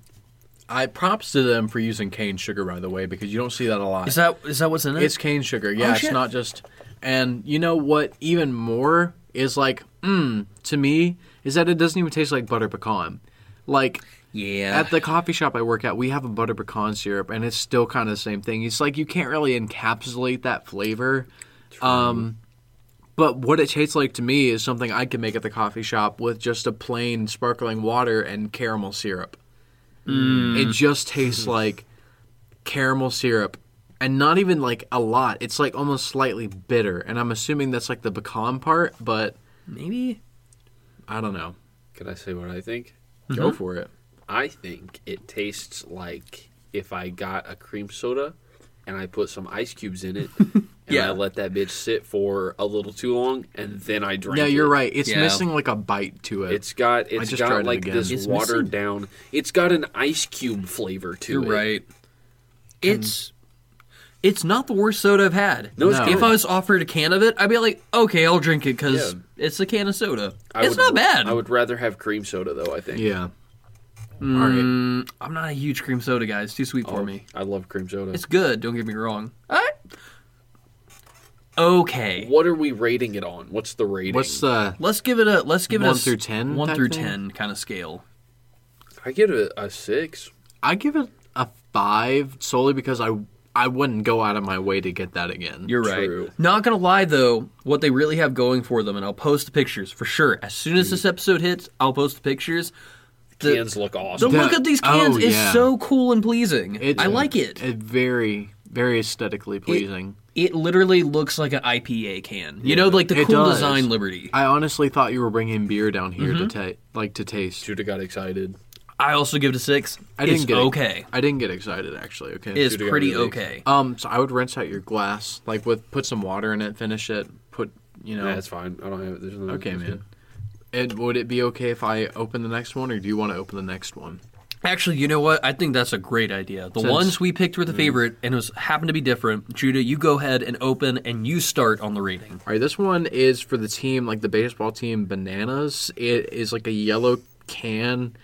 [SPEAKER 4] I props to them for using cane sugar, by the way, because you don't see that a lot.
[SPEAKER 3] Is that is that what's in it? Oh,
[SPEAKER 4] It's cane sugar. Yeah, it's
[SPEAKER 3] shit.
[SPEAKER 4] not just. And you know what? Even more is like, mm, to me, is that it doesn't even taste like butter pecan. Like
[SPEAKER 3] yeah.
[SPEAKER 4] at the coffee shop I work at, we have a butter pecan syrup, and it's still kind of the same thing. It's like you can't really encapsulate that flavor. Um, but what it tastes like to me is something I can make at the coffee shop with just a plain sparkling water and caramel syrup. It just tastes like caramel syrup and not even like a lot. It's like almost slightly bitter. And I'm assuming that's like the pecan part, but
[SPEAKER 3] Maybe.
[SPEAKER 4] I don't know.
[SPEAKER 5] Can I say what I think?
[SPEAKER 4] Go for it.
[SPEAKER 5] I think it tastes like if I got a cream soda and I put some ice cubes in it and
[SPEAKER 3] Yeah.
[SPEAKER 5] I let that bitch sit for a little too long and then I drank
[SPEAKER 4] Yeah,
[SPEAKER 5] it.
[SPEAKER 4] you're right. It's
[SPEAKER 3] Yeah.
[SPEAKER 4] missing like a bite to it.
[SPEAKER 5] It's got it's
[SPEAKER 4] just tried
[SPEAKER 5] got
[SPEAKER 4] it
[SPEAKER 5] like
[SPEAKER 4] again.
[SPEAKER 5] this
[SPEAKER 3] It's
[SPEAKER 5] watered
[SPEAKER 3] missing-
[SPEAKER 5] down. It's got an ice cube flavor to
[SPEAKER 3] You're
[SPEAKER 5] it.
[SPEAKER 3] right. It's it's not the worst soda I've had.
[SPEAKER 5] No, it's
[SPEAKER 4] No.
[SPEAKER 3] If I was offered a can of it, I'd be like, okay, I'll drink it because
[SPEAKER 5] Yeah.
[SPEAKER 3] it's a can of soda.
[SPEAKER 5] I
[SPEAKER 3] it's
[SPEAKER 5] would-
[SPEAKER 3] not bad.
[SPEAKER 5] I would rather have cream soda though, I think.
[SPEAKER 4] yeah.
[SPEAKER 3] Mm, I'm not a huge cream soda guy. It's too sweet for me.
[SPEAKER 5] I love cream soda.
[SPEAKER 3] It's good. Don't get me wrong. I, okay,
[SPEAKER 5] What are we rating it on? What's the rating?
[SPEAKER 4] What's the
[SPEAKER 3] let's give it a let's give it a
[SPEAKER 4] One
[SPEAKER 3] s-
[SPEAKER 4] through 10
[SPEAKER 3] one
[SPEAKER 4] type
[SPEAKER 3] through
[SPEAKER 4] thing?
[SPEAKER 3] ten kind of scale.
[SPEAKER 5] I give it a 6.
[SPEAKER 4] I give it a five solely because I I wouldn't go out of my way to get that again.
[SPEAKER 3] You're right.
[SPEAKER 5] True.
[SPEAKER 3] Not gonna lie though, what they really have going for them, and I'll post the pictures for sure. As soon as this
[SPEAKER 4] Mm.
[SPEAKER 3] episode hits, I'll post the pictures. The,
[SPEAKER 5] Cans look
[SPEAKER 3] the
[SPEAKER 5] awesome.
[SPEAKER 3] look
[SPEAKER 4] That-
[SPEAKER 3] at these cans
[SPEAKER 4] oh,
[SPEAKER 3] is
[SPEAKER 4] yeah.
[SPEAKER 3] so cool and pleasing.
[SPEAKER 4] It's-
[SPEAKER 3] I like it. it.
[SPEAKER 4] It very very aesthetically pleasing.
[SPEAKER 3] literally looks like an IPA can. You know, like the
[SPEAKER 4] It
[SPEAKER 3] cool
[SPEAKER 4] does.
[SPEAKER 3] design Liberty.
[SPEAKER 4] I honestly thought you were bringing beer down here
[SPEAKER 3] Mm-hmm.
[SPEAKER 4] to ta- like to taste.
[SPEAKER 5] Judah got excited.
[SPEAKER 3] I also give it a six.
[SPEAKER 4] I
[SPEAKER 3] it's
[SPEAKER 4] didn't get
[SPEAKER 3] okay.
[SPEAKER 4] I didn't get excited actually. Okay.
[SPEAKER 3] It's
[SPEAKER 5] Dude, I got
[SPEAKER 3] pretty
[SPEAKER 5] really
[SPEAKER 3] okay.
[SPEAKER 4] um. So I would rinse out your glass, like with put some water in it, finish it, put you know.
[SPEAKER 5] Yeah, it's fine. I don't have it. There's no
[SPEAKER 4] okay, man. And would it be okay if I open the next one, or do you want to open the next one?
[SPEAKER 3] Actually, you know what? I think that's a great idea. The
[SPEAKER 4] Since- Mm.
[SPEAKER 3] ones we picked were the favorite, and it was happened to be different. Judah, you go ahead and open, and you start on the rating.
[SPEAKER 4] All right, this one is for the team, like the baseball team, bananas. It is like a yellow can.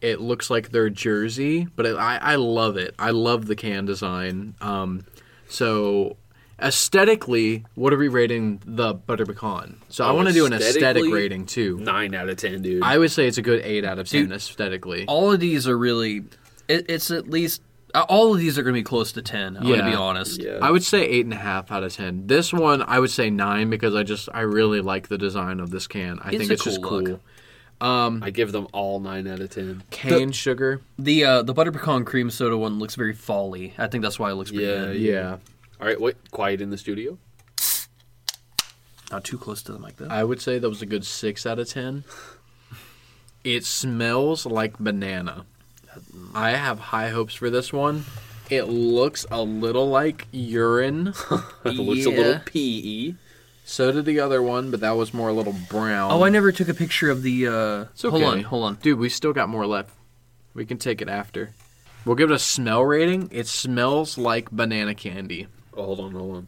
[SPEAKER 4] It looks like their jersey, but it, I, I love it. I love the can design. Um, so aesthetically, what are we rating the butter pecan? So I
[SPEAKER 5] Oh,
[SPEAKER 4] want to do an aesthetic
[SPEAKER 5] aesthetically?
[SPEAKER 4] rating too.
[SPEAKER 5] 9 out of 10, dude.
[SPEAKER 4] I would say it's a good eight out of ten aesthetically.
[SPEAKER 3] All of these are really. It, it's at least uh, all of these are going to be close to ten. I'm going to
[SPEAKER 4] Yeah.
[SPEAKER 3] be honest.
[SPEAKER 5] Yeah.
[SPEAKER 4] I would say eight and a half out of ten. This one I would say nine because I just I really like the design of this can. I think
[SPEAKER 3] a
[SPEAKER 4] it's just
[SPEAKER 3] cool
[SPEAKER 4] cool.
[SPEAKER 3] look.
[SPEAKER 5] I give them all 9 out of 10.
[SPEAKER 4] Cane sugar.
[SPEAKER 3] The uh, the butter pecan cream soda one looks very folly. I think that's why it looks pretty
[SPEAKER 5] Yeah.
[SPEAKER 3] good.
[SPEAKER 4] Yeah.
[SPEAKER 5] All right, wait. Quiet in the studio.
[SPEAKER 3] Not too close to them like that.
[SPEAKER 4] I would say that was a good six out of ten. It smells like banana. I have high hopes for this one. It looks a little like urine.
[SPEAKER 5] It looks a
[SPEAKER 3] Yeah.
[SPEAKER 5] little E. PE.
[SPEAKER 4] so did the other one, but that was more a little brown.
[SPEAKER 3] Oh, I never took a picture of the. Uh,
[SPEAKER 4] It's okay.
[SPEAKER 3] Hold on, hold on.
[SPEAKER 4] dude. We still got more left. We can take it after. We'll give it a smell rating. It smells like banana candy,
[SPEAKER 5] Oh, hold on, hold on.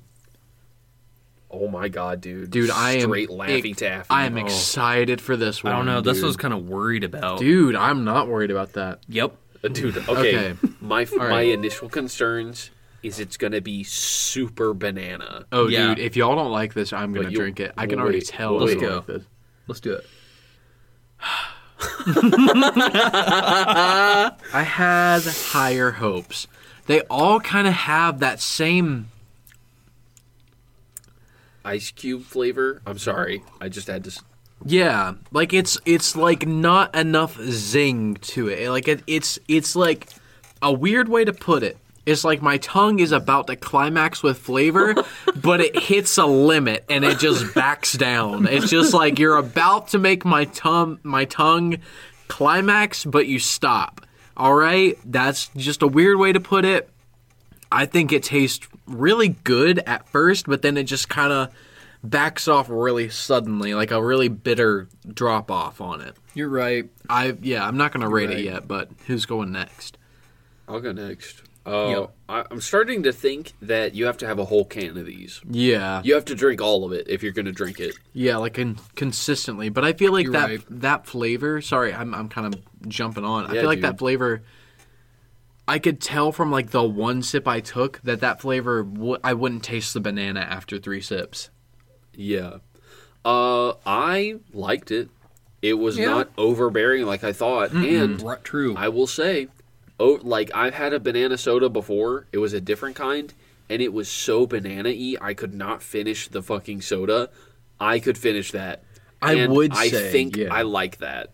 [SPEAKER 5] Oh my god, dude.
[SPEAKER 4] dude. I am
[SPEAKER 5] straight laffy
[SPEAKER 4] ec-
[SPEAKER 5] taffy.
[SPEAKER 4] I am
[SPEAKER 5] Oh.
[SPEAKER 4] excited for this
[SPEAKER 3] I
[SPEAKER 4] one.
[SPEAKER 3] don't know.
[SPEAKER 4] Dude.
[SPEAKER 3] That's what I was kind of worried about.
[SPEAKER 4] dude. I'm not worried about that.
[SPEAKER 3] Yep.
[SPEAKER 5] Uh, dude. Okay,
[SPEAKER 4] Okay.
[SPEAKER 5] my f
[SPEAKER 4] right.
[SPEAKER 5] my initial concerns is it's gonna be super banana.
[SPEAKER 4] Oh,
[SPEAKER 3] Yeah.
[SPEAKER 4] dude, if y'all don't like this, I'm gonna
[SPEAKER 5] you-
[SPEAKER 4] drink it. I can
[SPEAKER 5] wait,
[SPEAKER 4] already tell.
[SPEAKER 5] wait.
[SPEAKER 4] you don't
[SPEAKER 3] Let's go.
[SPEAKER 4] like this.
[SPEAKER 3] Let's do it.
[SPEAKER 4] I had higher hopes. They all kind of have that same.
[SPEAKER 5] Ice cube flavor. I'm sorry, I just had to. s-
[SPEAKER 4] Yeah, like it's it's like not enough zing to it. Like it, it's it's like a weird way to put it. It's like my tongue is about to climax with flavor, but it hits a limit and it just backs down. It's just like you're about to make my tongue my tongue climax, but you stop. All right, that's just a weird way to put it. I think it tastes really good at first, but then it just kind of backs off really suddenly, like a really bitter drop off on it.
[SPEAKER 3] You're right.
[SPEAKER 4] I yeah, I'm not gonna rate
[SPEAKER 5] Right.
[SPEAKER 4] it yet, but who's going next?
[SPEAKER 5] I'll go next. Uh,
[SPEAKER 3] Yep.
[SPEAKER 5] I, I'm starting to think that you have to have a whole can of these.
[SPEAKER 4] Yeah,
[SPEAKER 5] You have to drink all of it if you're going to drink it.
[SPEAKER 4] yeah, like in, consistently. But I feel like
[SPEAKER 3] You're
[SPEAKER 4] that
[SPEAKER 3] right.
[SPEAKER 4] that flavor. Sorry, I'm I'm kind of jumping on. I
[SPEAKER 5] Yeah,
[SPEAKER 4] feel like
[SPEAKER 5] dude.
[SPEAKER 4] that flavor. I could tell from like the one sip I took that that flavor w- I wouldn't taste the banana after three sips.
[SPEAKER 5] Yeah. Uh, I liked it. It was
[SPEAKER 3] Yeah.
[SPEAKER 5] not overbearing like I thought, and
[SPEAKER 4] Mm.
[SPEAKER 3] Right, true.
[SPEAKER 5] I will say, oh, like I've had a banana soda before. It was a different kind, and it was so banana-y. I could not finish the fucking soda. I could finish that.
[SPEAKER 4] I
[SPEAKER 5] And
[SPEAKER 4] would
[SPEAKER 5] I
[SPEAKER 4] say,
[SPEAKER 5] think
[SPEAKER 4] yeah.
[SPEAKER 5] I like that.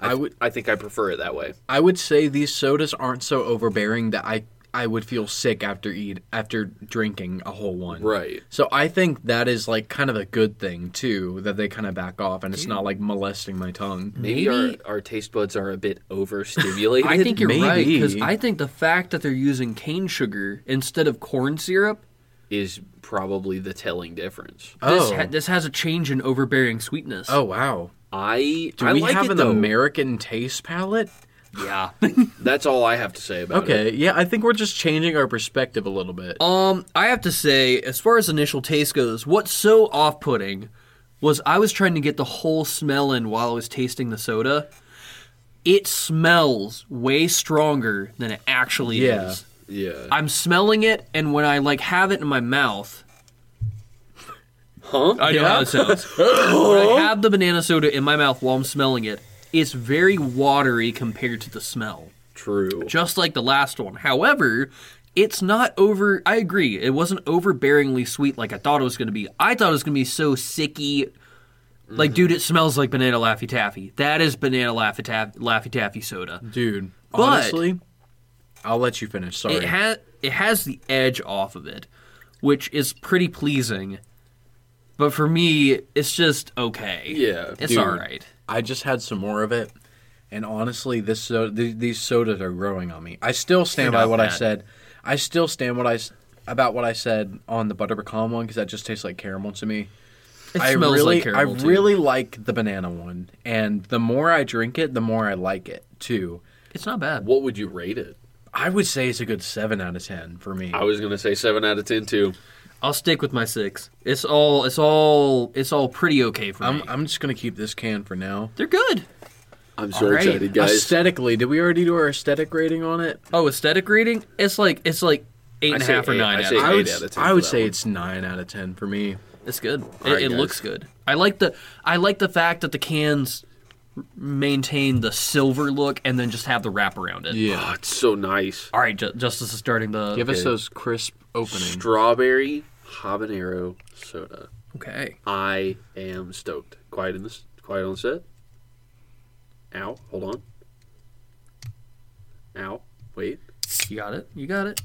[SPEAKER 5] I,
[SPEAKER 4] I would-
[SPEAKER 5] would. I think I prefer it that way.
[SPEAKER 4] I would say these sodas aren't so overbearing that I I would feel sick after eat after drinking a whole one.
[SPEAKER 5] Right.
[SPEAKER 4] So I think that is like kind of a good thing too that they kind of back off and it's not like molesting my tongue.
[SPEAKER 5] Maybe, our, our taste buds are a bit overstimulated.
[SPEAKER 3] I think you're right because
[SPEAKER 4] Maybe.
[SPEAKER 3] I think the fact that they're using cane sugar instead of corn syrup
[SPEAKER 5] is probably the telling difference.
[SPEAKER 3] this
[SPEAKER 4] Oh.
[SPEAKER 3] ha- this has a change in overbearing sweetness.
[SPEAKER 4] Oh wow!
[SPEAKER 5] I
[SPEAKER 4] Do
[SPEAKER 5] I
[SPEAKER 4] we
[SPEAKER 5] like
[SPEAKER 4] have
[SPEAKER 5] it
[SPEAKER 4] an
[SPEAKER 5] though.
[SPEAKER 4] American taste palette?
[SPEAKER 3] yeah.
[SPEAKER 5] That's all I have to say about it.
[SPEAKER 4] Okay, yeah, I think we're just changing our perspective a
[SPEAKER 5] Uh,
[SPEAKER 4] little bit.
[SPEAKER 3] Um, I have to say, as far as initial taste goes, what's so off-putting was I was trying to get the whole smell in while I was tasting the soda. It smells way stronger than it actually
[SPEAKER 4] Yeah.
[SPEAKER 3] is.
[SPEAKER 5] Yeah.
[SPEAKER 3] I'm smelling it, and when I like have it in my mouth,
[SPEAKER 5] Huh?
[SPEAKER 3] I know how it sounds. when I have the banana soda in my mouth while I'm smelling it, it's very watery compared to the smell,
[SPEAKER 5] True.
[SPEAKER 3] just like the last one. However, it's not over. I agree. It wasn't overbearingly sweet like I thought it was going to be. I thought it was going to be so sicky. Like, dude, it smells like banana Laffy Taffy. That is banana Laffy Taffy, Laffy Taffy soda.
[SPEAKER 4] Dude,
[SPEAKER 3] But-
[SPEAKER 4] honestly, I'll let you finish. Sorry.
[SPEAKER 3] It has it has the edge off of it, which is pretty pleasing. But for me, it's just okay.
[SPEAKER 5] Yeah,
[SPEAKER 3] it's
[SPEAKER 4] dude.
[SPEAKER 3] all right.
[SPEAKER 4] I just had some more of it, and honestly, this soda, th- these sodas are growing on me. I still stand
[SPEAKER 3] They're
[SPEAKER 4] by
[SPEAKER 3] not
[SPEAKER 4] what I
[SPEAKER 3] bad.
[SPEAKER 4] said. I still stand what I s- about what I said on the butter pecan one because that just tastes like caramel to me.
[SPEAKER 3] It
[SPEAKER 4] I
[SPEAKER 3] smells
[SPEAKER 4] really,
[SPEAKER 3] like caramel.
[SPEAKER 4] I
[SPEAKER 3] too.
[SPEAKER 4] really like the banana one, and the more I drink it, the more I like it too.
[SPEAKER 3] it's not bad.
[SPEAKER 5] What would you rate it?
[SPEAKER 4] I would say it's a good seven out of ten for me.
[SPEAKER 5] I was gonna say seven out of ten too.
[SPEAKER 3] I'll stick with my six. It's all it's all it's all pretty okay for
[SPEAKER 4] I'm
[SPEAKER 3] me.
[SPEAKER 4] I'm just gonna keep this can for now.
[SPEAKER 3] They're good.
[SPEAKER 5] I'm so
[SPEAKER 3] All right.
[SPEAKER 5] excited, guys.
[SPEAKER 4] Aesthetically, did we already do our aesthetic rating on it?
[SPEAKER 3] Oh, aesthetic rating? It's like it's like eight
[SPEAKER 5] I
[SPEAKER 3] and a
[SPEAKER 5] say
[SPEAKER 3] half or
[SPEAKER 5] eight.
[SPEAKER 3] nine.
[SPEAKER 5] I
[SPEAKER 3] out
[SPEAKER 5] say
[SPEAKER 3] of
[SPEAKER 5] eight.
[SPEAKER 3] ten.
[SPEAKER 4] I would,
[SPEAKER 5] out of
[SPEAKER 4] s-
[SPEAKER 5] 10
[SPEAKER 4] I
[SPEAKER 5] for
[SPEAKER 4] would
[SPEAKER 5] that
[SPEAKER 4] say
[SPEAKER 5] one.
[SPEAKER 4] it's nine out of ten for me.
[SPEAKER 3] It's good. It,
[SPEAKER 5] right,
[SPEAKER 3] it
[SPEAKER 5] guys.
[SPEAKER 3] looks good. I like the I like the fact that the cans maintain the silver look and then just have the wrap around it.
[SPEAKER 4] Yeah.
[SPEAKER 5] Oh, it's so nice.
[SPEAKER 3] All right, Ju- Justice is starting the.
[SPEAKER 4] Give us those crisp opening.
[SPEAKER 5] Strawberry habanero soda.
[SPEAKER 3] Okay.
[SPEAKER 5] I am stoked. Quiet in this. Quiet on the set. Ow. Hold on. Ow. Wait.
[SPEAKER 3] You got it. You got it.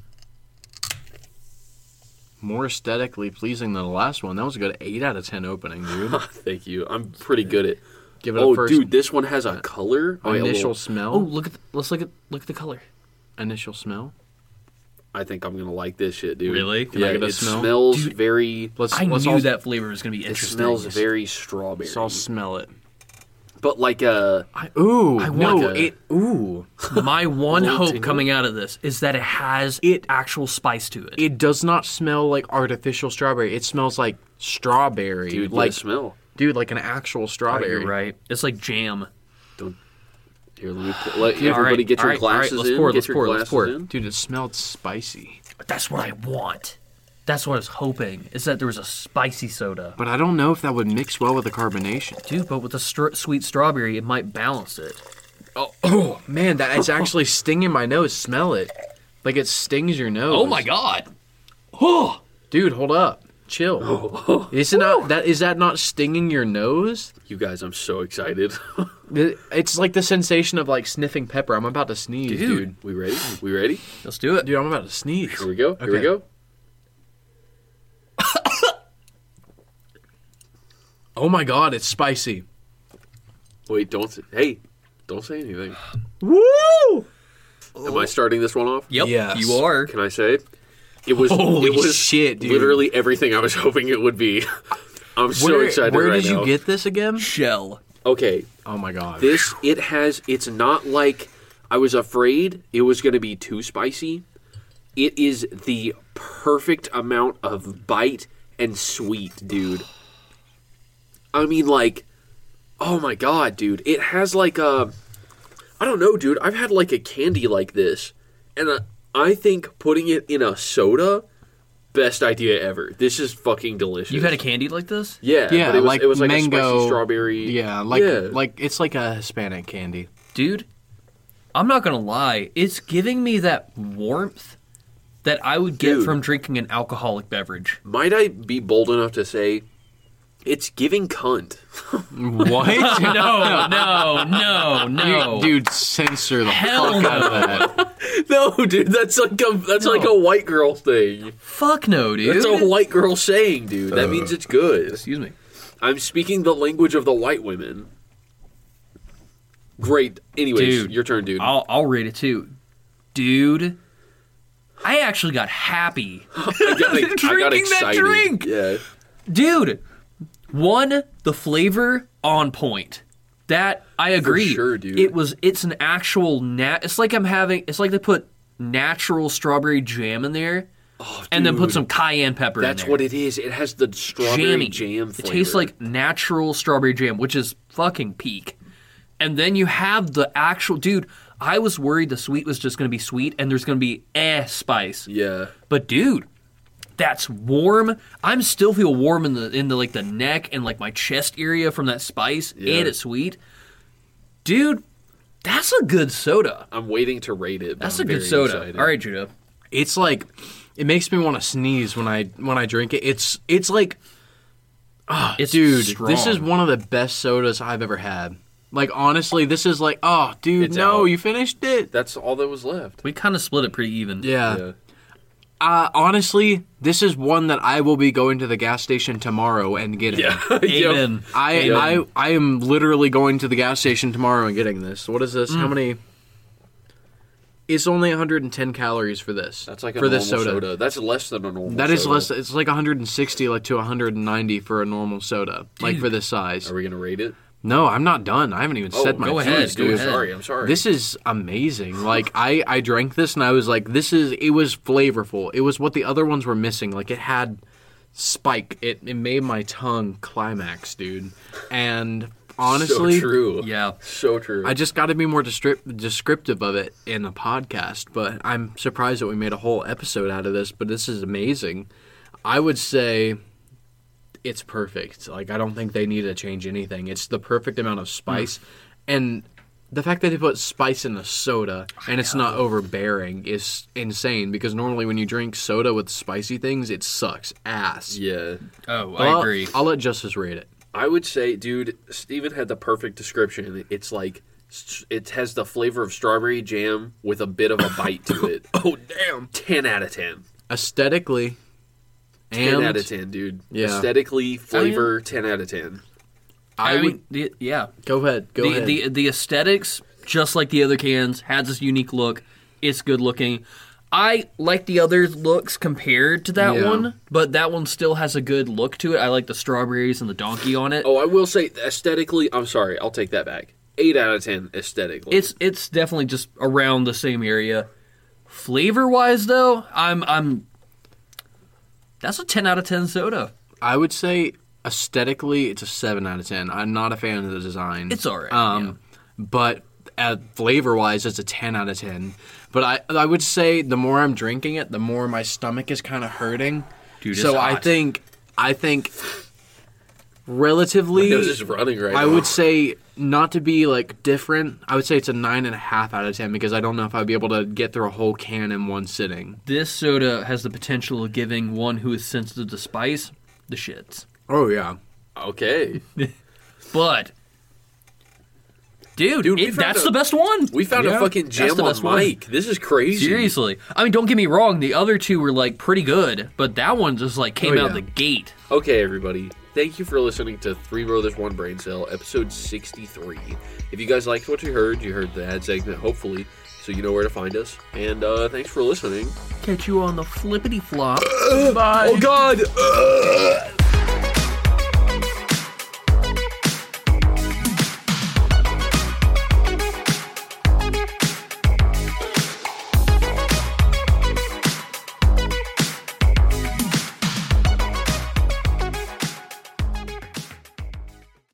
[SPEAKER 4] More aesthetically pleasing than the last one. That was a good eight out of ten opening, dude.
[SPEAKER 5] Thank you. I'm pretty good at.
[SPEAKER 4] Give it a
[SPEAKER 5] Oh,
[SPEAKER 4] first
[SPEAKER 5] dude, this one has a color. Oh, yeah, well,
[SPEAKER 4] initial smell.
[SPEAKER 3] Oh, look at the, let's look at look at the color.
[SPEAKER 4] Initial smell.
[SPEAKER 5] I think I'm gonna like this shit, dude.
[SPEAKER 3] Really? Can
[SPEAKER 5] yeah,
[SPEAKER 4] I get a
[SPEAKER 5] it
[SPEAKER 4] smell?
[SPEAKER 5] smells
[SPEAKER 3] Dude,
[SPEAKER 5] very.
[SPEAKER 4] Let's
[SPEAKER 3] I
[SPEAKER 4] let's
[SPEAKER 3] knew
[SPEAKER 4] all,
[SPEAKER 3] that flavor was gonna be
[SPEAKER 5] It
[SPEAKER 3] interesting.
[SPEAKER 5] smells very strawberry.
[SPEAKER 4] Let's all smell it.
[SPEAKER 5] But like uh, a
[SPEAKER 4] I, ooh,
[SPEAKER 3] want
[SPEAKER 4] no,
[SPEAKER 5] a-
[SPEAKER 4] it. Ooh,
[SPEAKER 3] My one
[SPEAKER 5] Little
[SPEAKER 3] hope
[SPEAKER 5] tingle.
[SPEAKER 3] coming out of this is that it has actual spice to it.
[SPEAKER 4] it does not smell like artificial strawberry. It smells like strawberry,
[SPEAKER 5] dude, like
[SPEAKER 4] like
[SPEAKER 5] smell.
[SPEAKER 4] dude, like an actual strawberry.
[SPEAKER 3] You're right. It's like jam.
[SPEAKER 5] Here, let me put, let
[SPEAKER 3] all
[SPEAKER 5] everybody
[SPEAKER 3] right,
[SPEAKER 5] get
[SPEAKER 3] all
[SPEAKER 5] your
[SPEAKER 3] right, all right,
[SPEAKER 5] glasses
[SPEAKER 3] let's
[SPEAKER 5] in.
[SPEAKER 3] pour,
[SPEAKER 5] get
[SPEAKER 3] let's
[SPEAKER 5] your
[SPEAKER 3] pour, let's
[SPEAKER 5] glasses
[SPEAKER 3] pour.
[SPEAKER 5] in.
[SPEAKER 4] Dude, it smelled spicy,
[SPEAKER 3] But that's what I want. That's what I was hoping is that there was a spicy soda.
[SPEAKER 4] but I don't know if that would mix well with the carbonation.
[SPEAKER 3] Dude, but with a str- sweet strawberry, it might balance it.
[SPEAKER 4] Oh man, that it's actually stinging my nose. Smell it, like it stings your nose.
[SPEAKER 3] Oh god.
[SPEAKER 4] Dude, hold up. Chill. is it not that is that not stinging your nose?
[SPEAKER 5] You guys, I'm so excited.
[SPEAKER 4] Th- It's like the sensation of like sniffing pepper. I'm about to sneeze, dude. Dude,
[SPEAKER 5] we ready? We ready?
[SPEAKER 3] Let's do it.
[SPEAKER 4] I'm about to sneeze.
[SPEAKER 5] Here we go. Here we
[SPEAKER 4] Okay.
[SPEAKER 5] go.
[SPEAKER 4] Oh my god, it's spicy.
[SPEAKER 5] Wait, don't say. Hey, don't say anything.
[SPEAKER 4] Woo! Oh.
[SPEAKER 5] Am I starting this one off?
[SPEAKER 3] Yep,
[SPEAKER 4] Yes.
[SPEAKER 3] you are.
[SPEAKER 5] Can I say? It was
[SPEAKER 4] Holy
[SPEAKER 5] it was
[SPEAKER 4] shit, dude.
[SPEAKER 5] Literally everything I was hoping it would be. I'm so excited
[SPEAKER 4] where
[SPEAKER 5] right
[SPEAKER 4] did
[SPEAKER 5] now.
[SPEAKER 4] you get this again?
[SPEAKER 3] Shell.
[SPEAKER 5] okay,
[SPEAKER 4] Oh my god.
[SPEAKER 5] this it has it's not like I was afraid it was going to be too spicy. It is the perfect amount of bite and sweet, dude. I mean like oh my god, dude. It has like a I don't know, dude. I've had like a candy like this and I, I think putting it in a soda best idea ever. This is fucking delicious.
[SPEAKER 3] You've had a candy like this?
[SPEAKER 5] yeah,
[SPEAKER 4] yeah,
[SPEAKER 5] but it was,
[SPEAKER 4] like
[SPEAKER 5] it was like
[SPEAKER 4] mango,
[SPEAKER 5] a spicy strawberry.
[SPEAKER 4] Yeah, like
[SPEAKER 5] Yeah.
[SPEAKER 4] like it's like a Hispanic candy.
[SPEAKER 3] Dude, I'm not going to lie. It's giving me that warmth that I would get
[SPEAKER 5] Dude.
[SPEAKER 3] from drinking an alcoholic beverage.
[SPEAKER 5] might I be bold enough to say it's giving cunt.
[SPEAKER 4] What?
[SPEAKER 3] No, no, no, no.
[SPEAKER 4] Dude, censor the
[SPEAKER 3] Hell
[SPEAKER 4] fuck out of that.
[SPEAKER 5] no, dude, that's like a that's like a white girl thing.
[SPEAKER 3] Fuck no, dude.
[SPEAKER 5] That's a white girl saying, dude. That means
[SPEAKER 3] Uh.
[SPEAKER 5] it's good.
[SPEAKER 3] Excuse me.
[SPEAKER 5] I'm speaking the language of the white women. Great. Anyways,
[SPEAKER 3] Dude.
[SPEAKER 5] your turn, dude.
[SPEAKER 3] I'll, I'll rate it too. Dude, I actually got happy.
[SPEAKER 5] I got, I got
[SPEAKER 3] Drinking that
[SPEAKER 5] excited.
[SPEAKER 3] drink!
[SPEAKER 5] Yeah.
[SPEAKER 3] Dude, one, the flavor on point. That I agree.
[SPEAKER 5] sure, dude.
[SPEAKER 3] It was it's an actual nat it's like I'm having it's like they put natural strawberry jam in there and then put some cayenne pepper in
[SPEAKER 5] Oh, That's
[SPEAKER 3] there.
[SPEAKER 5] what it is. It has the strawberry
[SPEAKER 3] Jammy.
[SPEAKER 5] jam
[SPEAKER 3] It
[SPEAKER 5] flavor.
[SPEAKER 3] tastes like natural strawberry jam, which is fucking peak. And then you have the actual dude. I was worried the sweet was just going to be sweet and there's going to be eh spice.
[SPEAKER 5] yeah.
[SPEAKER 3] But dude, that's warm. I'm still feel warm in the in the like the neck and like my chest area from that spice and it's sweet. Dude, that's a good soda.
[SPEAKER 5] I'm waiting to rate it. but
[SPEAKER 3] That's
[SPEAKER 5] I'm
[SPEAKER 3] a good
[SPEAKER 5] very
[SPEAKER 3] soda.
[SPEAKER 5] excited.
[SPEAKER 3] All right, Judah.
[SPEAKER 4] It's like it makes me want to sneeze when I when I drink it. It's it's like
[SPEAKER 3] It's
[SPEAKER 4] dude,
[SPEAKER 3] strong.
[SPEAKER 4] this is one of the best sodas I've ever had. Like honestly, this is like oh dude,
[SPEAKER 5] It's
[SPEAKER 4] no,
[SPEAKER 5] out.
[SPEAKER 4] you finished it.
[SPEAKER 5] That's all that was left.
[SPEAKER 3] we kind of split it pretty even.
[SPEAKER 4] Yeah.
[SPEAKER 5] Yeah.
[SPEAKER 4] Uh, honestly, this is one that I will be going to the gas station tomorrow and getting.
[SPEAKER 3] Amen.
[SPEAKER 4] I, I I am literally going to the gas station tomorrow and getting this. What is this? How many? It's only 110 calories for this.
[SPEAKER 5] That's like a
[SPEAKER 4] for
[SPEAKER 5] normal
[SPEAKER 4] this soda.
[SPEAKER 5] That's less than a normal.
[SPEAKER 4] That is
[SPEAKER 5] soda.
[SPEAKER 4] less. It's like 160 like to 190 for a normal soda, like for this size.
[SPEAKER 5] Are we gonna rate it? Oh,
[SPEAKER 4] No, I'm not done. I haven't even said my
[SPEAKER 3] go
[SPEAKER 4] piece,
[SPEAKER 3] ahead,
[SPEAKER 4] dude.
[SPEAKER 3] go
[SPEAKER 5] I'm
[SPEAKER 3] ahead.
[SPEAKER 5] sorry. I'm sorry.
[SPEAKER 4] This is amazing. Like I I drank this and I was like this is it was flavorful. It was what the other ones were missing. Like it had spike. It it made my tongue climax, dude. And honestly,
[SPEAKER 5] so true.
[SPEAKER 3] Yeah.
[SPEAKER 5] So true.
[SPEAKER 4] I just got to be more descrip- descriptive of it in the podcast, but I'm surprised that we made a whole episode out of this, but this is amazing. I would say it's perfect. Like I don't think they need to change anything. It's the perfect amount of
[SPEAKER 3] Hmm.
[SPEAKER 4] spice and the fact that they put spice in a soda
[SPEAKER 3] Oh,
[SPEAKER 4] and it's not overbearing is insane because normally when you drink soda with spicy things, it sucks ass.
[SPEAKER 5] yeah.
[SPEAKER 3] Oh,
[SPEAKER 4] Well,
[SPEAKER 3] I agree.
[SPEAKER 4] I'll let Justice rate it.
[SPEAKER 5] I would say, dude, Steven had the perfect description. It's like s- it has the flavor of strawberry jam with a bit of a bite to it.
[SPEAKER 3] Oh damn.
[SPEAKER 5] Ten out of ten.
[SPEAKER 4] Aesthetically
[SPEAKER 5] Ten
[SPEAKER 4] and
[SPEAKER 5] out of ten, dude.
[SPEAKER 4] Yeah.
[SPEAKER 5] Aesthetically, flavor, ten out of ten.
[SPEAKER 4] I,
[SPEAKER 3] I,
[SPEAKER 4] would
[SPEAKER 3] mean, the, yeah.
[SPEAKER 4] go ahead. Go
[SPEAKER 3] The,
[SPEAKER 4] ahead.
[SPEAKER 3] the the aesthetics, just like the other cans, has this unique look. It's good looking. I like the other looks compared to that
[SPEAKER 4] Yeah.
[SPEAKER 3] one, but that one still has a good look to it. I like the strawberries and the donkey on it.
[SPEAKER 5] Oh, I will say aesthetically. I'm sorry. I'll take that back. Eight out of ten aesthetically.
[SPEAKER 3] It's it's definitely just around the same area. Flavor wise, though, I'm I'm. That's a ten out of ten soda.
[SPEAKER 4] I would say aesthetically, it's a seven out of ten. I'm not a fan of the design.
[SPEAKER 3] It's all right,
[SPEAKER 4] Um, but uh, flavor wise, it's a ten out of ten. But I I would say the more I'm drinking it, the more my stomach is kind of hurting.
[SPEAKER 3] Dude, it's
[SPEAKER 4] so I
[SPEAKER 3] hot.
[SPEAKER 4] think I think relatively,
[SPEAKER 5] it was just running right.
[SPEAKER 4] I
[SPEAKER 5] now.
[SPEAKER 4] would say not to be like different. I would say it's a nine and a half out of ten because I don't know if I'd be able to get through a whole can in one sitting.
[SPEAKER 3] This soda has the potential of giving one who is sensitive to spice the shits.
[SPEAKER 4] Oh yeah.
[SPEAKER 5] Okay.
[SPEAKER 3] But dude,
[SPEAKER 5] Dude, we
[SPEAKER 3] it-
[SPEAKER 5] found
[SPEAKER 3] that's
[SPEAKER 5] a-
[SPEAKER 3] the best one.
[SPEAKER 5] We found a
[SPEAKER 4] Yeah.
[SPEAKER 5] fucking
[SPEAKER 3] That's
[SPEAKER 5] gem
[SPEAKER 3] the
[SPEAKER 5] on
[SPEAKER 3] best one.
[SPEAKER 5] Mike. This is crazy.
[SPEAKER 3] Seriously, I mean, don't get me wrong. The other two were like pretty good, but that one just like came
[SPEAKER 4] Oh,
[SPEAKER 3] out
[SPEAKER 4] yeah.
[SPEAKER 3] the gate.
[SPEAKER 5] Okay, everybody. Thank you for listening to Three Brothers One Brain Cell, episode 63. If you guys liked what you heard, you heard the ad segment, hopefully. So you know where to find us. And uh, thanks for listening.
[SPEAKER 3] Catch you on the flippity flop.
[SPEAKER 5] Oh, God!